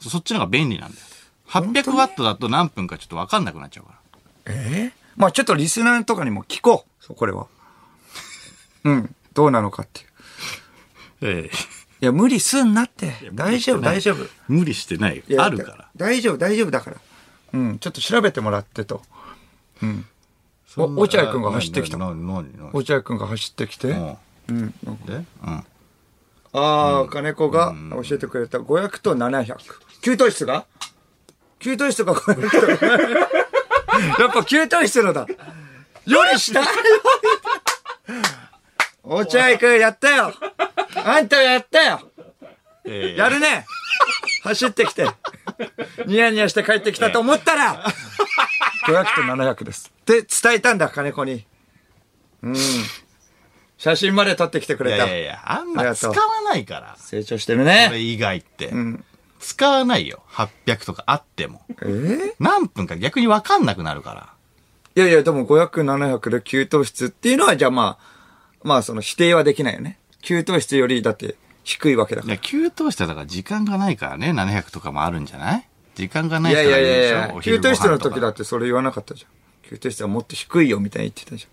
[SPEAKER 1] そっちの方が便利なんだよ。800ワットだと何分かちょっとわかんなくなっちゃうから。
[SPEAKER 2] えまあちょっとリスナーとかにも聞こう。そうこれは。うん。どうなのかっていう。
[SPEAKER 1] え
[SPEAKER 2] いや、無理すんなって。大丈夫、大丈夫。
[SPEAKER 1] え。無理してない
[SPEAKER 2] いや
[SPEAKER 1] よ。あるから。。
[SPEAKER 2] 大丈夫、大丈夫だから。うん。ちょっと調べてもらってと。
[SPEAKER 1] そな
[SPEAKER 2] 落合くんが走ってきた
[SPEAKER 1] なになになに
[SPEAKER 2] 落合くんが走ってきて。
[SPEAKER 1] なに
[SPEAKER 2] うん。
[SPEAKER 1] うん。でうん。
[SPEAKER 2] ああ、金子が教えてくれた500と700。給湯室が給湯室が500と700。やっぱ給湯室のだ。より *laughs* 下落合くんやったよあんたやったよ
[SPEAKER 1] ええ
[SPEAKER 2] やるね走ってきて。ニヤニヤして帰ってきたと思ったら !500 と700です。で、伝えたんだ、金子に。うん。写真まで撮ってきてく
[SPEAKER 1] い
[SPEAKER 2] れた。
[SPEAKER 1] やいやいや、あんま使わないから。
[SPEAKER 2] 成長して
[SPEAKER 1] こ
[SPEAKER 2] る
[SPEAKER 1] れ
[SPEAKER 2] ね。
[SPEAKER 1] 以外って。
[SPEAKER 2] ん
[SPEAKER 1] 使わないよ。800とかあっても。
[SPEAKER 2] えー
[SPEAKER 1] 何分か逆にわかんなくなるから。
[SPEAKER 2] いやいや、でも500、700で給湯室っていうのは、じゃあまあ、まあその否定はできないよね。給湯室よりだって低いわけだか
[SPEAKER 1] い
[SPEAKER 2] ら。
[SPEAKER 1] や、給湯室はだから時間がないからね、700とかもあるんじゃない時間がないい
[SPEAKER 2] や
[SPEAKER 1] か
[SPEAKER 2] い
[SPEAKER 1] ら
[SPEAKER 2] や
[SPEAKER 1] い
[SPEAKER 2] い
[SPEAKER 1] いでし
[SPEAKER 2] やい
[SPEAKER 1] ょ
[SPEAKER 2] や、
[SPEAKER 1] お
[SPEAKER 2] 給
[SPEAKER 1] 昼ご
[SPEAKER 2] 湯
[SPEAKER 1] 飯
[SPEAKER 2] 室の
[SPEAKER 1] とか
[SPEAKER 2] 時だってそれ言わなかったじゃん。給湯室はもっと低いよみたいに言ってたじ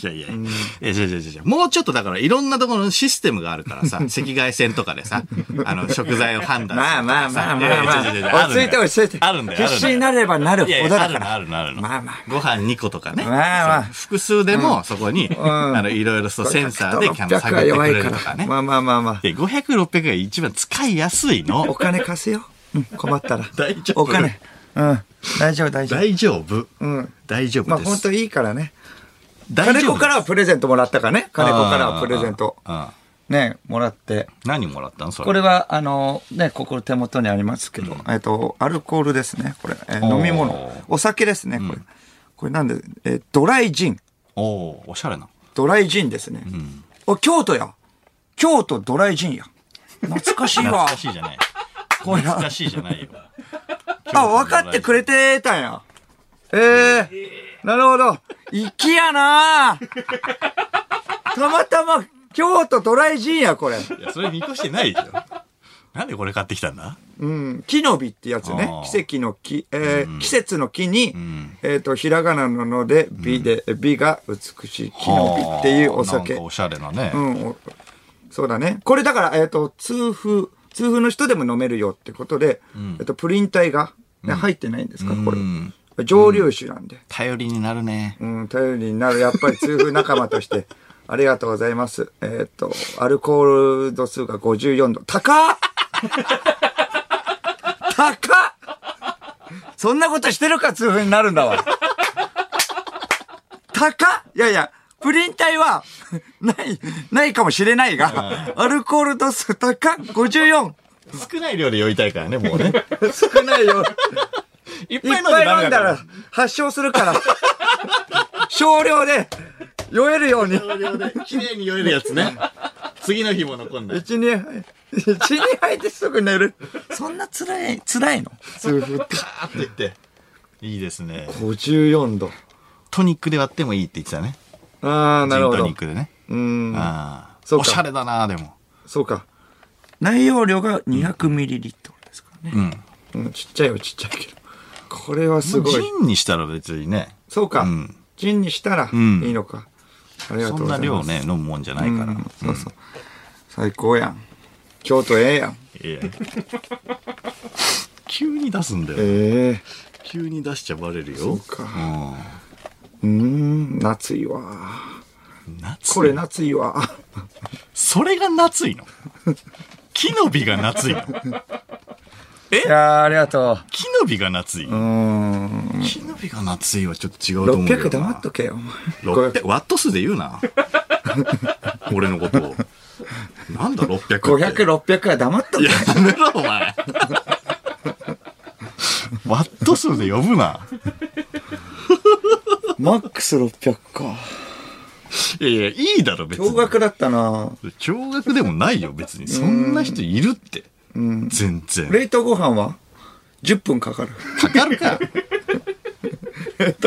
[SPEAKER 1] いやいやいや、いやいやいやいやもうちょっとだからいろんなところのシステムがあるから
[SPEAKER 2] *laughs*
[SPEAKER 1] さ、赤外線とかでさ、あの、食材を判
[SPEAKER 2] ゃん。
[SPEAKER 1] 断すると
[SPEAKER 2] まあま
[SPEAKER 1] か
[SPEAKER 2] あ
[SPEAKER 1] さ
[SPEAKER 2] まあまあま
[SPEAKER 1] や
[SPEAKER 2] あ。
[SPEAKER 1] やややあ
[SPEAKER 2] 落ち着いて落ち着いて。
[SPEAKER 1] あるんだよ。
[SPEAKER 2] 必死になればなるほ
[SPEAKER 1] いやい
[SPEAKER 2] ど
[SPEAKER 1] やある
[SPEAKER 2] だか
[SPEAKER 1] の
[SPEAKER 2] ら。
[SPEAKER 1] あるのあるの。
[SPEAKER 2] まあまあ
[SPEAKER 1] ご飯2個とかね。
[SPEAKER 2] まあまあ
[SPEAKER 1] そう複数でもそこに、あの、いろいろそうセンサーでキャン
[SPEAKER 2] 500
[SPEAKER 1] 探ってくれるとかね。
[SPEAKER 2] まあまあまあまあ。
[SPEAKER 1] で、500、600が一番使いやすい
[SPEAKER 2] お
[SPEAKER 1] の。
[SPEAKER 2] 金貸すよ。うん困ったら。
[SPEAKER 1] 大丈夫
[SPEAKER 2] お金。うん。大丈夫大丈夫。
[SPEAKER 1] 大丈夫。
[SPEAKER 2] ん
[SPEAKER 1] 大丈夫です。
[SPEAKER 2] まあ本当いいからね。
[SPEAKER 1] 大
[SPEAKER 2] 金
[SPEAKER 1] 丈夫
[SPEAKER 2] 子からはプレゼントもらったからね。金子からはプレゼント。
[SPEAKER 1] あーあーあ
[SPEAKER 2] ね、もらっ
[SPEAKER 1] ー
[SPEAKER 2] て。
[SPEAKER 1] 何もらったのそれ。
[SPEAKER 2] これは、あの、ね、ここ手元にありますけど、えっと、アルコールですね、これ。え
[SPEAKER 1] おー
[SPEAKER 2] 飲み物。お酒ですね、これ。これなんで、えードライジン。
[SPEAKER 1] おおおしゃれな。
[SPEAKER 2] ドライジンですね。お、京都や。京都ドライジンや。懐かしい
[SPEAKER 1] 懐
[SPEAKER 2] わ
[SPEAKER 1] か。しいじゃない。
[SPEAKER 2] これ
[SPEAKER 1] 懐かしいじゃないよ。
[SPEAKER 2] *laughs* あ、分かってくれてたんや。ええなるほど。粋やなたまたま、京都ドライジンや、これ。
[SPEAKER 1] いや、それ見越してないでしょ。なんでこれ買ってきたんだ
[SPEAKER 2] うん、木の実ってやつね
[SPEAKER 1] あ。ー
[SPEAKER 2] 奇跡の木、えー季節の木に、
[SPEAKER 1] ん
[SPEAKER 2] えっ、と、ひらがなのので、美で、美が美しい木の実っていうお酒。
[SPEAKER 1] なんかおしゃれなね。
[SPEAKER 2] うん、おそうだね。これだから、えっ、と、痛風、痛風の人でも飲めるよってことで、えっと、プリン体が、ね入ってないんですか、こ
[SPEAKER 1] うん
[SPEAKER 2] れ。蒸留酒なんで、
[SPEAKER 1] 頼りになるね。
[SPEAKER 2] うん、頼りになる、やっぱり痛風仲間として、 *laughs* ありがとうございます。えっ、と、アルコール度数が54度。高っ *laughs* 高っそんなことしてるか痛風になるんだわ。高っいやいや、プリン体は、 *laughs* ない、ないかもしれないが、アルコール度数高っ !54!
[SPEAKER 1] 少ない量で酔いたいからね、もう
[SPEAKER 2] *laughs*
[SPEAKER 1] ね。
[SPEAKER 2] 少ないよ。
[SPEAKER 1] いっ
[SPEAKER 2] いっぱい飲んだら。発症するから、少量で酔えるように。
[SPEAKER 1] 綺麗に酔えるやつね。次の日も残んな。
[SPEAKER 2] 一二杯、一二杯ですぐ寝る。そんな辛い、辛いの痛風って。
[SPEAKER 1] あーって言って。いいですね。
[SPEAKER 2] 54度。
[SPEAKER 1] トニックで割ってもいいって言ってたね。
[SPEAKER 2] ああ、なるほ
[SPEAKER 1] ジント
[SPEAKER 2] ど
[SPEAKER 1] ニッ。クでね。
[SPEAKER 2] うん、
[SPEAKER 1] ああ。
[SPEAKER 2] そう
[SPEAKER 1] お
[SPEAKER 2] か
[SPEAKER 1] しゃれだな、でも。
[SPEAKER 2] そうか。内容量が200ミリリットルですからね。
[SPEAKER 1] うん。
[SPEAKER 2] うん、ちっちゃいはちっちゃいけど。これはすご
[SPEAKER 1] ジ
[SPEAKER 2] い。
[SPEAKER 1] ンにしたら別にね。
[SPEAKER 2] そうか
[SPEAKER 1] うん。
[SPEAKER 2] ジンにしたら
[SPEAKER 1] ん
[SPEAKER 2] いいのか。ありがと
[SPEAKER 1] そう
[SPEAKER 2] ご
[SPEAKER 1] ん
[SPEAKER 2] ざ
[SPEAKER 1] ない
[SPEAKER 2] ま
[SPEAKER 1] 量
[SPEAKER 2] す。
[SPEAKER 1] ね、飲むもんじゃないから。
[SPEAKER 2] そうそう。最高やん。京都ええやん。
[SPEAKER 1] いや *laughs* 急に出すんだよ。
[SPEAKER 2] ええ
[SPEAKER 1] 急に出しちゃバレるよ。そう
[SPEAKER 2] か
[SPEAKER 1] ん。
[SPEAKER 2] うーん、夏いわ。
[SPEAKER 1] 夏い
[SPEAKER 2] これ夏いわ。
[SPEAKER 1] それが夏い
[SPEAKER 2] *laughs*
[SPEAKER 1] の木の実が夏いの
[SPEAKER 2] いやーありがと。
[SPEAKER 1] 木の実が夏いう
[SPEAKER 2] うーん。
[SPEAKER 1] 木のビが夏いはちょっと違うと思うけどな。
[SPEAKER 2] 600黙っとけよ、お前。
[SPEAKER 1] 600ワット数で言う
[SPEAKER 2] *laughs*
[SPEAKER 1] な。俺のことを。なんだ600って。
[SPEAKER 2] 500、600は黙っとけ
[SPEAKER 1] やめろ、お前。ワット数で呼ぶな。
[SPEAKER 2] マックス600か。
[SPEAKER 1] いやいや、いいだろ、別に。
[SPEAKER 2] 驚愕だったな
[SPEAKER 1] 驚愕でもないよ、別に。そんな人いるって。全然。
[SPEAKER 2] 冷凍ご飯は ?10 分かかる。
[SPEAKER 1] かかる
[SPEAKER 2] *laughs*
[SPEAKER 1] か。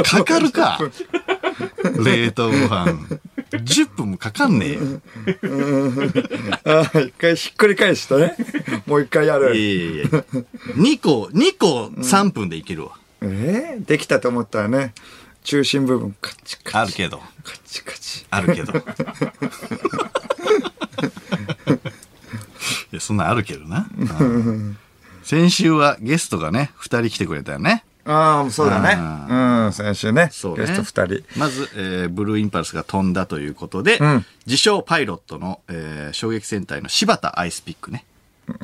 [SPEAKER 1] かかるか。冷凍ご飯。10分もかかんねえよ。
[SPEAKER 2] ああ、一回ひっくり返したね。もう一回や
[SPEAKER 1] いや
[SPEAKER 2] る。
[SPEAKER 1] いやいや。2個、2個3分でいけるわ。
[SPEAKER 2] えーできたと思ったらね、中心部分カチカ
[SPEAKER 1] あ
[SPEAKER 2] チ
[SPEAKER 1] る。けど。
[SPEAKER 2] カチカチ。
[SPEAKER 1] あるけど。い *laughs* や、そんなんあるけどな。うん先週はゲストがね、2人来てくれたよね。
[SPEAKER 2] ああ、そうだね
[SPEAKER 1] あ。
[SPEAKER 2] うん、先週ね。ゲスト二人。
[SPEAKER 1] まず、えーブルーインパルスが飛んだということで、
[SPEAKER 2] ん
[SPEAKER 1] 自称パイロットの、えー衝撃戦隊の柴田アイスピックね。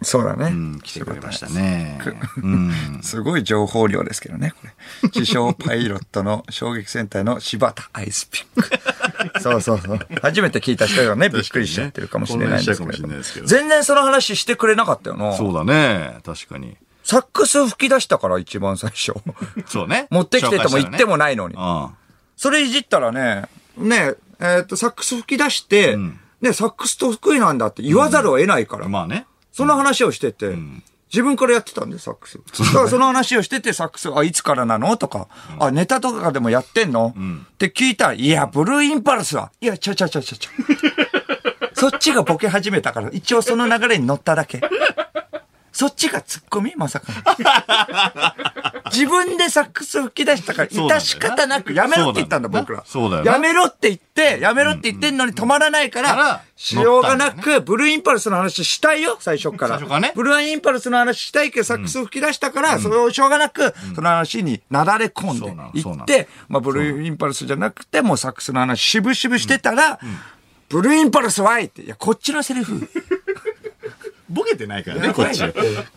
[SPEAKER 2] そうだね。
[SPEAKER 1] うん、来てくれましたね。うん。
[SPEAKER 2] すごい情報量ですけどね、これ。自称パイロットの衝撃戦隊の柴田アイスピッ *laughs* ク。そうそうそう。初めて聞いた人がね、びっくりしちゃってるかもしれないんです
[SPEAKER 1] 混乱しちゃうかもしれないですけ
[SPEAKER 2] け
[SPEAKER 1] ど
[SPEAKER 2] ど。全然その話してくれなかったよな。
[SPEAKER 1] そうだね。確かに。
[SPEAKER 2] サックス吹き出したから、一番最初。
[SPEAKER 1] そうね。
[SPEAKER 2] 持ってきて
[SPEAKER 1] 紹介
[SPEAKER 2] て
[SPEAKER 1] した
[SPEAKER 2] も
[SPEAKER 1] らね
[SPEAKER 2] 行ってもないのに。
[SPEAKER 1] うん。
[SPEAKER 2] それいじったらね、ねえ、っと、サックス吹き出して、ね、サックスと得意なんだって言わざるを得ないから。
[SPEAKER 1] まあね。
[SPEAKER 2] その話をしてて、自分からやってたんで、サックス。だからその話をしてて、サックス、あ、いつからなのとか、あ、ネタとかでもやってんの、って聞いたら、いや、ブルーインパルスは、いや、ちゃちゃちゃち
[SPEAKER 1] *laughs*
[SPEAKER 2] ゃちゃ。そっちがボケ始めたから、一応その流れに乗っただけ。そっちがツッコミまさか。
[SPEAKER 1] *laughs*
[SPEAKER 2] 自分でサックス吹き出したから、
[SPEAKER 1] そうなんだよな
[SPEAKER 2] 致し方なく、やめろって言ったんだ、
[SPEAKER 1] そうなんだよな
[SPEAKER 2] 僕ら。
[SPEAKER 1] そうだよな
[SPEAKER 2] やめろって言って、やめろって言ってんのに止まらないか
[SPEAKER 1] うんうん
[SPEAKER 2] ら、しようがなく、ブルーインパルスの話したいよ、最初から。
[SPEAKER 1] 最初からね
[SPEAKER 2] ブルーインパルスの話したいけど、サックス吹き出したから、それをしょうがなく、その話になだれ込ん
[SPEAKER 1] そう
[SPEAKER 2] で
[SPEAKER 1] なの
[SPEAKER 2] い
[SPEAKER 1] そうな
[SPEAKER 2] っ
[SPEAKER 1] の
[SPEAKER 2] て、まあ、ブルーインパルスじゃなくて、もうサックスの話、しぶしぶしてたら、ブルーインパルスはいって、いや、こっちのセリフ、
[SPEAKER 1] ボケてないから
[SPEAKER 2] や
[SPEAKER 1] ね、こ
[SPEAKER 2] ば
[SPEAKER 1] っ
[SPEAKER 2] い
[SPEAKER 1] ち。こ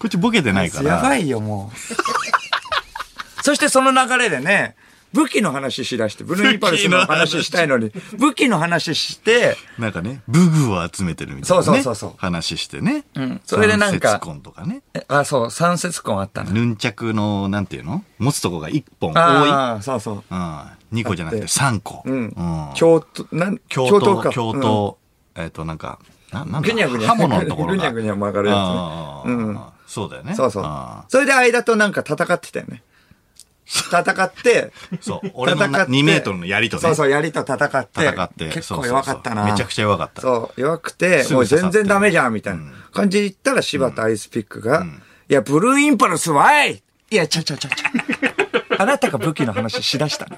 [SPEAKER 1] っちボケてないから。
[SPEAKER 2] やばいよ、も
[SPEAKER 1] *laughs*
[SPEAKER 2] う。そしてその流れでね、武器の話しだして、ブルーインパルスの話したいのに、武器の話して、
[SPEAKER 1] なんかね、武具を集めてるみたいな、ね。
[SPEAKER 2] そうそうそうそう
[SPEAKER 1] 話してね。
[SPEAKER 2] んそれでなんか
[SPEAKER 1] 節婚とかね。
[SPEAKER 2] えあ、そう、三節痕あったな。
[SPEAKER 1] ヌンチャクの、なんていうの持つとこが1本多い。
[SPEAKER 2] ああ、そうそう。
[SPEAKER 1] うん。2個じゃなくて3個。
[SPEAKER 2] う
[SPEAKER 1] うんん。
[SPEAKER 2] 京都、なん、
[SPEAKER 1] 京
[SPEAKER 2] 京
[SPEAKER 1] 都
[SPEAKER 2] 都か。
[SPEAKER 1] 京都、えっ、と、なんか、ななんだ
[SPEAKER 2] ぐにゃぐにゃ
[SPEAKER 1] 刃物のところが。
[SPEAKER 2] ぐにゃぐにゃ曲がるやつね
[SPEAKER 1] あー
[SPEAKER 2] うん
[SPEAKER 1] そうだよ
[SPEAKER 2] う
[SPEAKER 1] ね。
[SPEAKER 2] ん。そうそう
[SPEAKER 1] あ。
[SPEAKER 2] それで間となんか戦ってたよね。戦って、
[SPEAKER 1] ーそう。 *laughs* 俺の
[SPEAKER 2] 戦
[SPEAKER 1] な
[SPEAKER 2] って
[SPEAKER 1] 2メートルの槍とね。
[SPEAKER 2] そうそう、槍と戦って。
[SPEAKER 1] 戦って
[SPEAKER 2] 結
[SPEAKER 1] そうそうそ
[SPEAKER 2] 構
[SPEAKER 1] う
[SPEAKER 2] 弱かったな。
[SPEAKER 1] めちゃくちゃ弱かった
[SPEAKER 2] そう、弱くて、
[SPEAKER 1] す
[SPEAKER 2] も
[SPEAKER 1] ぐ
[SPEAKER 2] う
[SPEAKER 1] 刺さって
[SPEAKER 2] 全然ダメじゃん、みたいな感じで言ったら柴田アイスピックが、いや、ブルーインパルスはいいや、ちゃちゃちゃちゃ。あなたが武器の話しだしたの。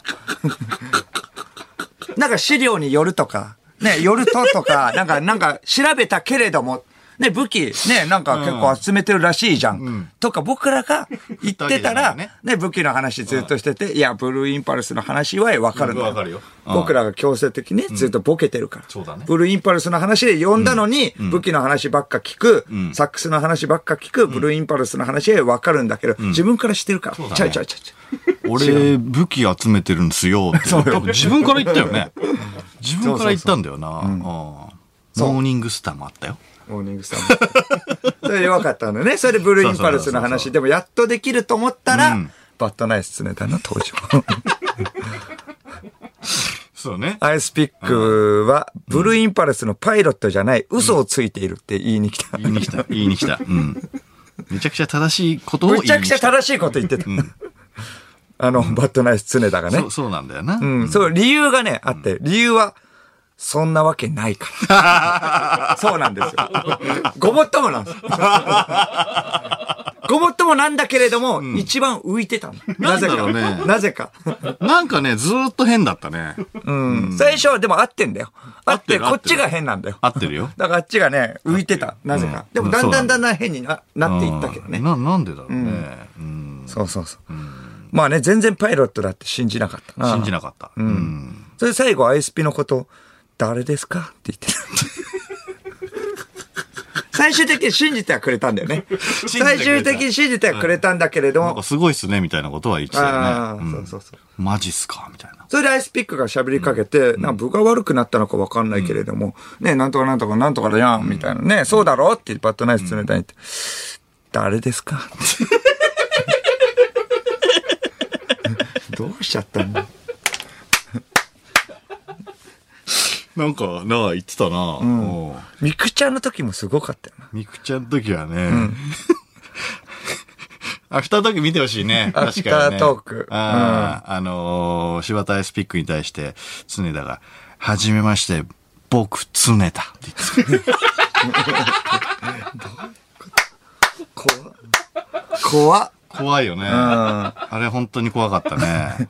[SPEAKER 2] なんか資料によるとか、ね、よると
[SPEAKER 1] *laughs*
[SPEAKER 2] とか、なんか、なんか調べたけれども、ね、武器、ね、なんか結構集めてるらしいじゃん。とか、僕らが言
[SPEAKER 1] 言
[SPEAKER 2] ってたら、
[SPEAKER 1] ったわけじゃないよね
[SPEAKER 2] ね、武器の話ずっとしてて、いや、ブルーインパルスの話はわかるんだ
[SPEAKER 1] わかるようん
[SPEAKER 2] 僕らが強制的にずっとボケてるから。
[SPEAKER 1] そうだね
[SPEAKER 2] ブルーインパルスの話で呼んだのに、武器の話ばっか聞く、サックスの話ばっか聞く、ブルーインパルスの話はわかるんだけど、自分からしてるから。
[SPEAKER 1] うだね
[SPEAKER 2] ちゃうちゃうちゃうちゃう。
[SPEAKER 1] 俺、武器集めてるんですよって。多分自分から言ったよ
[SPEAKER 2] *laughs*
[SPEAKER 1] ね。自分から言ったんだよな。うんモーニングスターもあったよ。
[SPEAKER 2] モーニングスター *laughs* も。それで弱かったんだね。それでブルーインパルス
[SPEAKER 1] そうそうそ
[SPEAKER 2] の
[SPEAKER 1] うそ
[SPEAKER 2] 話
[SPEAKER 1] う
[SPEAKER 2] でもやっとできると思ったら、
[SPEAKER 1] うん
[SPEAKER 2] バッドナイス常田の登場。 *laughs*
[SPEAKER 1] そうね。
[SPEAKER 2] アイスピックは、ブルーインパルスのパイロットじゃない、嘘をついているって言いに来た。
[SPEAKER 1] 言いに来た。言いに来た。うん。めちゃくちゃ正しいことを言いに
[SPEAKER 2] む
[SPEAKER 1] 来
[SPEAKER 2] ち
[SPEAKER 1] た。
[SPEAKER 2] ゃくちゃ正しいこと言ってた。あの、バッドナイス常田がね
[SPEAKER 1] そう、。そうなんだよな。
[SPEAKER 2] うん、そう、理由がね、あって、理由は、そんなわけない *laughs* から。そうなんですよ。ごもっとも *laughs* なんですよ。ごもっともなんだけれども、一番浮いてたの。なぜ
[SPEAKER 1] なんだろ
[SPEAKER 2] か。
[SPEAKER 1] うね
[SPEAKER 2] なぜか。
[SPEAKER 1] なんかね、ずーっと変だったね。
[SPEAKER 2] うん。最初はでも合ってんだよ。合っ
[SPEAKER 1] 合って
[SPEAKER 2] て、
[SPEAKER 1] る
[SPEAKER 2] こっちが変なんだよ。
[SPEAKER 1] 合ってるよ。
[SPEAKER 2] だからあっちがね、浮いてた。なぜか。でもだんだんだんだん変にななっていったけど
[SPEAKER 1] うん
[SPEAKER 2] ね。
[SPEAKER 1] な、なんでだろうね。うん。
[SPEAKER 2] そうそうそう。まあね、全然パイロットだって信じなかったな。
[SPEAKER 1] 信じなかった。うん。
[SPEAKER 2] それ最後、アイスピのこと、誰ですかって言ってた。 *laughs* 最終的に信じてはくれたんだよね。
[SPEAKER 1] てくれた
[SPEAKER 2] 最終的に信じてはくれたんだけれど
[SPEAKER 1] なん
[SPEAKER 2] も
[SPEAKER 1] か、すごいっすね、みたいなことは言ってた
[SPEAKER 2] あ
[SPEAKER 1] よ
[SPEAKER 2] あ、
[SPEAKER 1] ね。
[SPEAKER 2] そうそうそう。
[SPEAKER 1] マジっすかみたいな。
[SPEAKER 2] それでアイスピックが喋りかけて、なんか部が悪くなったのか分かんないけれども、ね、なんとかなんとかなんとかだやん、みたいなね、そうだろってバッドナイス冷たいって。誰です *laughs* かどうしちゃったの
[SPEAKER 1] なんか、なあ、言ってたな。うん。
[SPEAKER 2] ミクちゃんの時もすごかったよな。
[SPEAKER 1] みくちゃんの時はね、 *laughs* アフタートーク見てほしいね。
[SPEAKER 2] アフ
[SPEAKER 1] 確
[SPEAKER 2] タ
[SPEAKER 1] か
[SPEAKER 2] ー
[SPEAKER 1] に、ね。
[SPEAKER 2] トーク
[SPEAKER 1] あーあのー柴田アイスピックに対して、常田が、はじめまして、僕、常田って言って
[SPEAKER 2] 怖っ。怖っ。
[SPEAKER 1] た。怖いよね。あれ本当に怖かったね。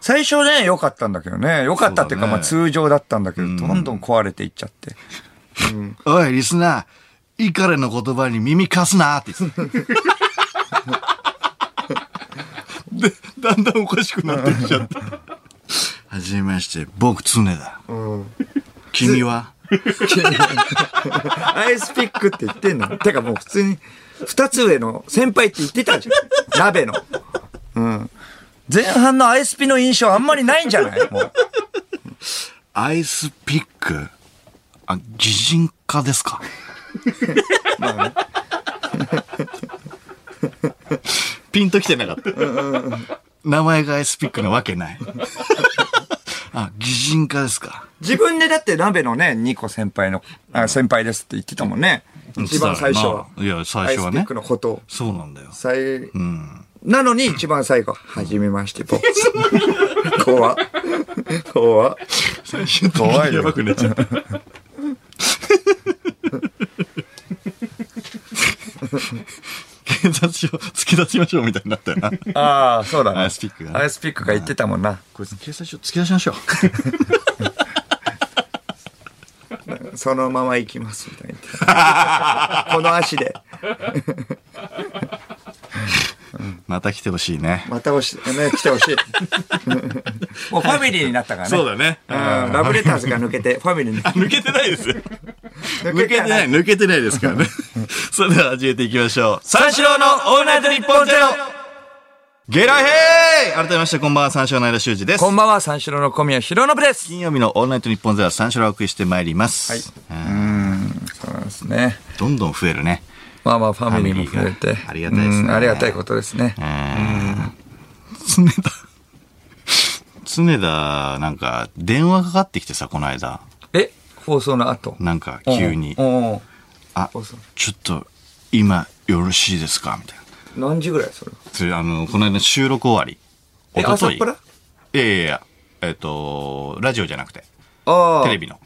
[SPEAKER 2] 最初ね、良かったんだけどね。良かったっていうか、
[SPEAKER 1] そうだね
[SPEAKER 2] まあ通常だったんだけど、どんどん壊れていっちゃって。
[SPEAKER 1] おい、リスナー、イカレの言葉に耳貸すなって言ってた。で、だんだんおかしくなってきちゃった。はじめまして、僕、常だ。君は
[SPEAKER 2] アイスピックって言ってんのてかもう普通に、二つ上の先輩って言ってたじゃん。鍋の。うん。前半のアイスピの印象あんまりないんじゃないもう。
[SPEAKER 1] アイスピックあ、擬人化ですか *laughs* ピンときてなかった。名前がアイスピックなわけない。あ、擬人化ですか
[SPEAKER 2] 自分でだって鍋のね、二個先輩の、あ先輩ですって言ってたもんね。一番最初は。
[SPEAKER 1] いや最初はね
[SPEAKER 2] アイスピックのことを。
[SPEAKER 1] そうなんだよ。
[SPEAKER 2] 最、なのに一番最後、はじめまし
[SPEAKER 1] *laughs*
[SPEAKER 2] て、僕。怖っ。怖っ。
[SPEAKER 1] 最終的
[SPEAKER 2] 怖い
[SPEAKER 1] に
[SPEAKER 2] よ
[SPEAKER 1] やばくなっちゃった。警察署突き出しましょうみたいになったよな。
[SPEAKER 2] ああ、そうだね。
[SPEAKER 1] アイスピックがね
[SPEAKER 2] アイスピックが言ってたもんな。
[SPEAKER 1] こいつ警察署突き出しましょう。
[SPEAKER 2] そのまま行きます、みたいな。この足で。
[SPEAKER 1] また来てほしいね。
[SPEAKER 2] またおし、ね、来てほしい。 *laughs* もうファミリーになったからね。
[SPEAKER 1] そうだね。
[SPEAKER 2] うん。ラブレターズが抜けて、ファミリーに。
[SPEAKER 1] 抜けてないですよ。
[SPEAKER 2] 抜
[SPEAKER 1] 抜けてない、。抜けてないですからね。それでは始めていきましょう。
[SPEAKER 2] 三四郎のオールナイトニッポンゼロ
[SPEAKER 1] ゲラヘイ改めましてこんばんは、三四郎の間修二です
[SPEAKER 2] こ。んばんは、三四郎の小宮弘信です。
[SPEAKER 1] 金曜日のオールナイト日本ゼロは三四郎をお送りしてまいります。うん
[SPEAKER 2] そうなんですね。
[SPEAKER 1] どんどん増えるね。
[SPEAKER 2] まあまあ、ファミリーも増えて。
[SPEAKER 1] ファミリーがありがたいですね
[SPEAKER 2] うんありがたいことですね。
[SPEAKER 1] 常田。常田、なんか、電話かかってきてさ、この間。
[SPEAKER 2] え、放送の後。
[SPEAKER 1] なんか、急に
[SPEAKER 2] う。んうん
[SPEAKER 1] あ
[SPEAKER 2] そうそう、
[SPEAKER 1] ちょっと、今、よろしいですかみたいな。
[SPEAKER 2] 何時ぐらいそれは
[SPEAKER 1] それ、あの、この間収録終わり。
[SPEAKER 2] え、
[SPEAKER 1] 一
[SPEAKER 2] 朝
[SPEAKER 1] 昨
[SPEAKER 2] っ
[SPEAKER 1] 日
[SPEAKER 2] ぱら
[SPEAKER 1] いやいやいや、えっ、と、ラジオじゃなくて、
[SPEAKER 2] ああ。
[SPEAKER 1] テレビ。の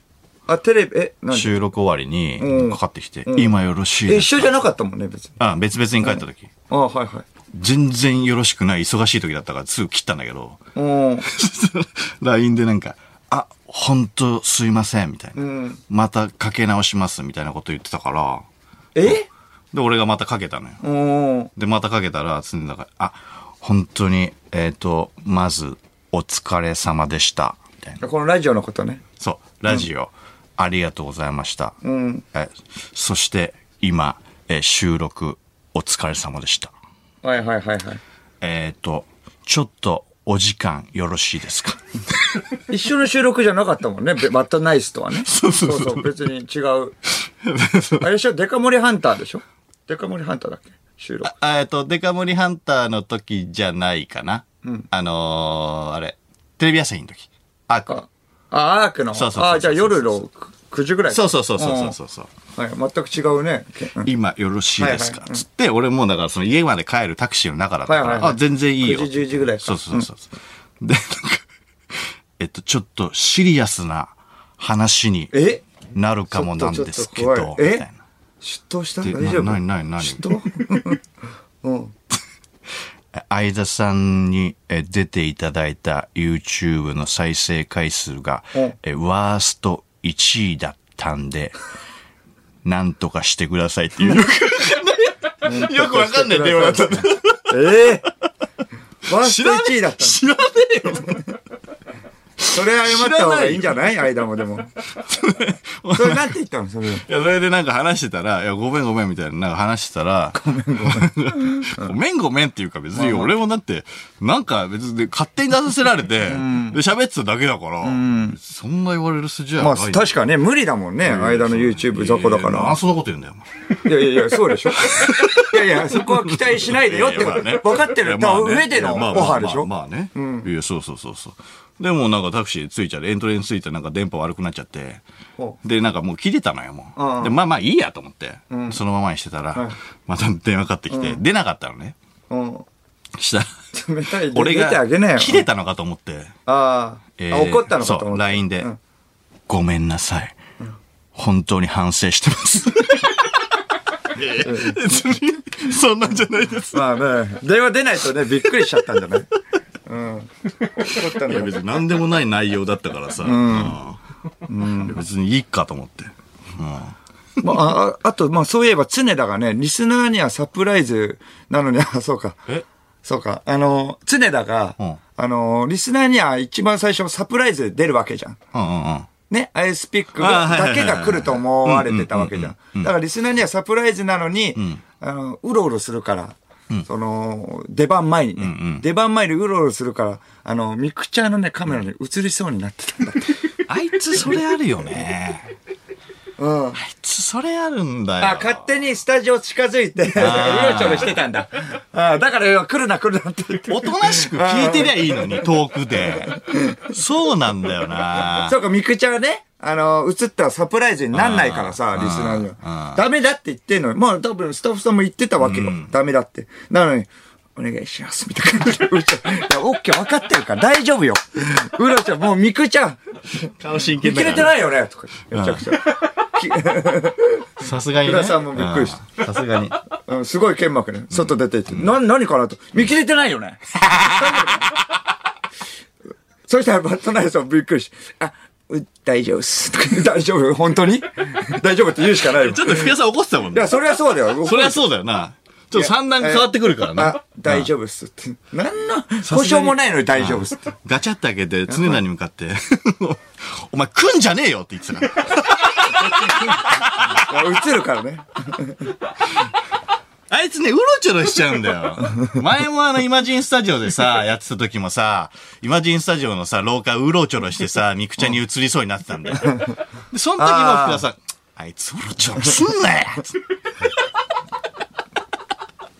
[SPEAKER 2] あ、テレビ、え、何
[SPEAKER 1] 収録終わり
[SPEAKER 2] う
[SPEAKER 1] に
[SPEAKER 2] ん
[SPEAKER 1] かかってきて、今よろしい
[SPEAKER 2] え
[SPEAKER 1] で
[SPEAKER 2] 一
[SPEAKER 1] す
[SPEAKER 2] 緒じゃなかったもんね、別に。
[SPEAKER 1] あ、別々に帰った時。
[SPEAKER 2] ああ、はいはい。
[SPEAKER 1] 全然よろしくない、忙しい時だったからすぐ切ったんだけど、
[SPEAKER 2] うん。
[SPEAKER 1] *laughs* LINE でなんか、あ、ほんとすいません、みたいな、
[SPEAKER 2] ん
[SPEAKER 1] またかけ直します、みたいなこと言ってたから、
[SPEAKER 2] え
[SPEAKER 1] で、俺がまたかけたのよ。
[SPEAKER 2] うん。
[SPEAKER 1] で、またかけたら、常田が、あ、本当に、えっ、と、まず、お疲れ様でした、みたいな。
[SPEAKER 2] このラジオのことね。
[SPEAKER 1] そう、ラジオ、ありがとうございました。
[SPEAKER 2] ん
[SPEAKER 1] えそして、今、えー収録、お疲れ様でした。
[SPEAKER 2] はいはいはいはい。
[SPEAKER 1] えっ、と、ちょっと、お時間よろしいですか
[SPEAKER 2] 一緒の収録じゃなかったもんね。べバッタナイスとはね。
[SPEAKER 1] そうそうそう
[SPEAKER 2] 別に違う。あれでしょデカ盛りハンターでしょデカ盛りハンターだっけ収録。
[SPEAKER 1] あえっと、デカ盛りハンターの時じゃないかな。あのーあれ、テレビ朝日の時。あ、
[SPEAKER 2] あ、あアークの。
[SPEAKER 1] そうそうそうそう
[SPEAKER 2] あ、じゃあ夜の9時ぐらい。
[SPEAKER 1] そうそうそうそうそうそう。
[SPEAKER 2] うん。はい、全く違うね。うん
[SPEAKER 1] 今よろしいですか、
[SPEAKER 2] はいはいうん
[SPEAKER 1] つって、俺もうだからその家まで帰るタクシーの中だったから、
[SPEAKER 2] はいはいはい
[SPEAKER 1] あ、全然いいよ。
[SPEAKER 2] 9時10時ぐらいか
[SPEAKER 1] そうそうそうそう。で、なんか、えっと、ちょっとシリアスな話に
[SPEAKER 2] え
[SPEAKER 1] なるかもなんですけど、
[SPEAKER 2] ちょっ
[SPEAKER 1] み
[SPEAKER 2] と怖
[SPEAKER 1] た
[SPEAKER 2] い
[SPEAKER 1] いな。
[SPEAKER 2] 出頭した
[SPEAKER 1] で
[SPEAKER 2] 大丈夫
[SPEAKER 1] ななになになに
[SPEAKER 2] 出
[SPEAKER 1] *laughs*
[SPEAKER 2] 頭うん。
[SPEAKER 1] え相田さんにえ出ていただいた YouTube の再生回数が
[SPEAKER 2] うん、
[SPEAKER 1] えワースト1位だったんで、 *laughs* なんとかしてくださいっていう。よくわかんない電話だった。
[SPEAKER 2] ええワースト1位だったんだ
[SPEAKER 1] 知らねえよ。
[SPEAKER 2] それ謝った方がいいんじゃない間もでも。それなんて言ったのそれ。
[SPEAKER 1] いや、それでなんか話してたら、いや、ごめんごめんみたいな、なんか話してたら、ごめんごめん。ごめんごめんっていうか別に俺もだって、なんか別に勝手に出させられて、で喋ってただけだから、そんな言われる筋合い
[SPEAKER 2] まあ、
[SPEAKER 1] ない。
[SPEAKER 2] 確かね、無理だもんね。間の YouTube 雑魚だ
[SPEAKER 1] いや
[SPEAKER 2] か
[SPEAKER 1] いやなん
[SPEAKER 2] ら。
[SPEAKER 1] そんなこと言うんだよ、お前
[SPEAKER 2] いやいやいや、そう
[SPEAKER 1] *laughs*
[SPEAKER 2] でしょ。いやいや、そこは期待しないでよってこと。
[SPEAKER 1] いやいや
[SPEAKER 2] 分
[SPEAKER 1] まあね
[SPEAKER 2] かってる。だから上でのオ
[SPEAKER 1] いやまあまあ
[SPEAKER 2] ファーでしょ。
[SPEAKER 1] まあまあね。いや、そうそうそうそう。でもなんかタクシー着いちゃって、エントレに着いたらなんか電波悪くなっちゃって
[SPEAKER 2] ほ。
[SPEAKER 1] で、なんかもう切れたのよ、も
[SPEAKER 2] うんう
[SPEAKER 1] う。
[SPEAKER 2] ん
[SPEAKER 1] で、まあまあいいやと思って、そのままにしてたら、また電話かかってきて、出なかったのね。
[SPEAKER 2] うん。
[SPEAKER 1] したら、
[SPEAKER 2] 冷たい。
[SPEAKER 1] 俺
[SPEAKER 2] 出てあげなよ
[SPEAKER 1] が。切れたのかと思って。
[SPEAKER 2] あーあ、
[SPEAKER 1] ー
[SPEAKER 2] 怒ったのかと
[SPEAKER 1] そ
[SPEAKER 2] 思
[SPEAKER 1] う、
[SPEAKER 2] った。
[SPEAKER 1] LINE で
[SPEAKER 2] ん。
[SPEAKER 1] ごめんなさい。本当に反省してます。 *laughs* えー別にそんなんじゃないです。
[SPEAKER 2] まあね、電話出ないとね、びっくりしちゃったんじゃないうん。怒った
[SPEAKER 1] い
[SPEAKER 2] の
[SPEAKER 1] や
[SPEAKER 2] よ。
[SPEAKER 1] 別に何でもない内容だったからさ、うん別にいいかと思って、
[SPEAKER 2] まあ、ああと、まあ、そういえば、常田がね、リスナーにはサプライズなのに、あ、そうか。
[SPEAKER 1] え
[SPEAKER 2] そうか。あの、常田が、
[SPEAKER 1] うん
[SPEAKER 2] あの、リスナーには一番最初サプライズで出るわけじゃん。
[SPEAKER 1] うんうんうん
[SPEAKER 2] ね、アイスピック
[SPEAKER 1] あ
[SPEAKER 2] が
[SPEAKER 1] はいはい
[SPEAKER 2] だ
[SPEAKER 1] はいは
[SPEAKER 2] け
[SPEAKER 1] い
[SPEAKER 2] が来ると思われてたわけじゃ
[SPEAKER 1] うん
[SPEAKER 2] ん。だからリスナーにはサプライズなのに、あの、うろうろするから、その、出番前にね、出番前にうろうろするから、あの、ミクチャーのね、カメラに映りそうになってたんだって。
[SPEAKER 1] あいつそれあるよね
[SPEAKER 2] うん。
[SPEAKER 1] あいつそれあるんだよ
[SPEAKER 2] あ、勝手にスタジオ近づいて、うろ
[SPEAKER 1] ー
[SPEAKER 2] ちょろしてたんだ。あーだから来るな来るなって言って。
[SPEAKER 1] おとなしく聞いてりゃいいの
[SPEAKER 2] *laughs*
[SPEAKER 1] に遠くでそうなんだよな
[SPEAKER 2] そうか、ミクちゃんはね、あの、映ったらサプライズになんないからさ、リスナーには
[SPEAKER 1] う。ん
[SPEAKER 2] ダメだって言ってんのよ。まあ多分スタッフさんも言ってたわけよ。ダメだって。なのに、お願いします、みたいな感じで。うろちょろいや、オッケー分かってるから大丈夫よ。うろちゃん、もうミクちゃん、
[SPEAKER 1] 顔真
[SPEAKER 2] 見
[SPEAKER 1] 剣
[SPEAKER 2] 切
[SPEAKER 1] だ
[SPEAKER 2] れ
[SPEAKER 1] か
[SPEAKER 2] て
[SPEAKER 1] ら
[SPEAKER 2] ないよね、とか言って。めちゃくちゃ。
[SPEAKER 1] さすがにね
[SPEAKER 2] 福田さんもびっくりした
[SPEAKER 1] うんさすがに
[SPEAKER 2] うん、すごい剣幕ね。外出て行って。な、何かなと。見切れてないよ *laughs* ね。そしたらバットナイスさんびっくりして。あ、う大丈夫っす。とか言って大丈夫本当に大丈夫って言うしか *laughs* ないよ。い
[SPEAKER 1] ちょっと福田さん怒ってたもんね
[SPEAKER 2] や、それは *laughs* そうだよ。
[SPEAKER 1] そりゃそうだよなちょっと三段変わってくるからな
[SPEAKER 2] あ、大丈夫っすって。何の故障もないのに大丈夫っすって。
[SPEAKER 1] ガチャって開けて、常田に向かって、 *laughs* お前来んじゃねえよって言ってたから。
[SPEAKER 2] 映るからね。
[SPEAKER 1] あいつね、うろちょろしちゃうんだよ。 *laughs* 前もあの、イマジンスタジオでさ、やってた時もさ、イマジンスタジオのさ、廊下うろちょろしてさ、ミクちゃんに移りそうになってたんだよ。で、その時も
[SPEAKER 2] あー
[SPEAKER 1] 福田さん、あいつうろちょろすんなよつって
[SPEAKER 2] *laughs*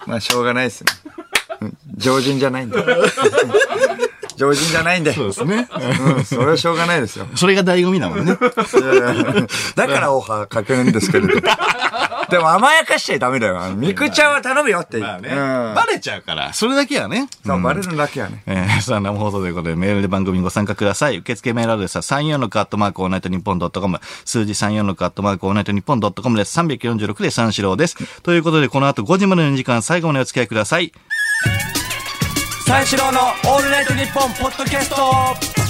[SPEAKER 2] まあ、しょうがないっすね。うん常人じゃ *laughs* ないんで。常人じゃないんで。
[SPEAKER 1] そうですね。
[SPEAKER 2] うん、それはしょうがないですよ。
[SPEAKER 1] *laughs* それが醍醐味だもんね。
[SPEAKER 2] *laughs* だからオファーかけるんですけれ
[SPEAKER 1] *laughs*
[SPEAKER 2] ど。でも甘やかしちゃダメだよ。あのミクちゃんは頼むよって言
[SPEAKER 1] まあ
[SPEAKER 2] って。
[SPEAKER 1] ね、
[SPEAKER 2] うん
[SPEAKER 1] バレちゃうから、それだけはね。
[SPEAKER 2] そう、バレるだけやね。
[SPEAKER 1] えー、さあ、生放送ということで、メールで番組にご参加ください。受付メールアドレスは34のカットマークオールナイトニッポンドットコム。数字34のカットマークオールナイトニッポンドットコムです。346で三四郎です。ということで、この後5時までの時間、最後までお付き合いください。
[SPEAKER 2] 三四郎のオールナイトニッポンポッドキャスト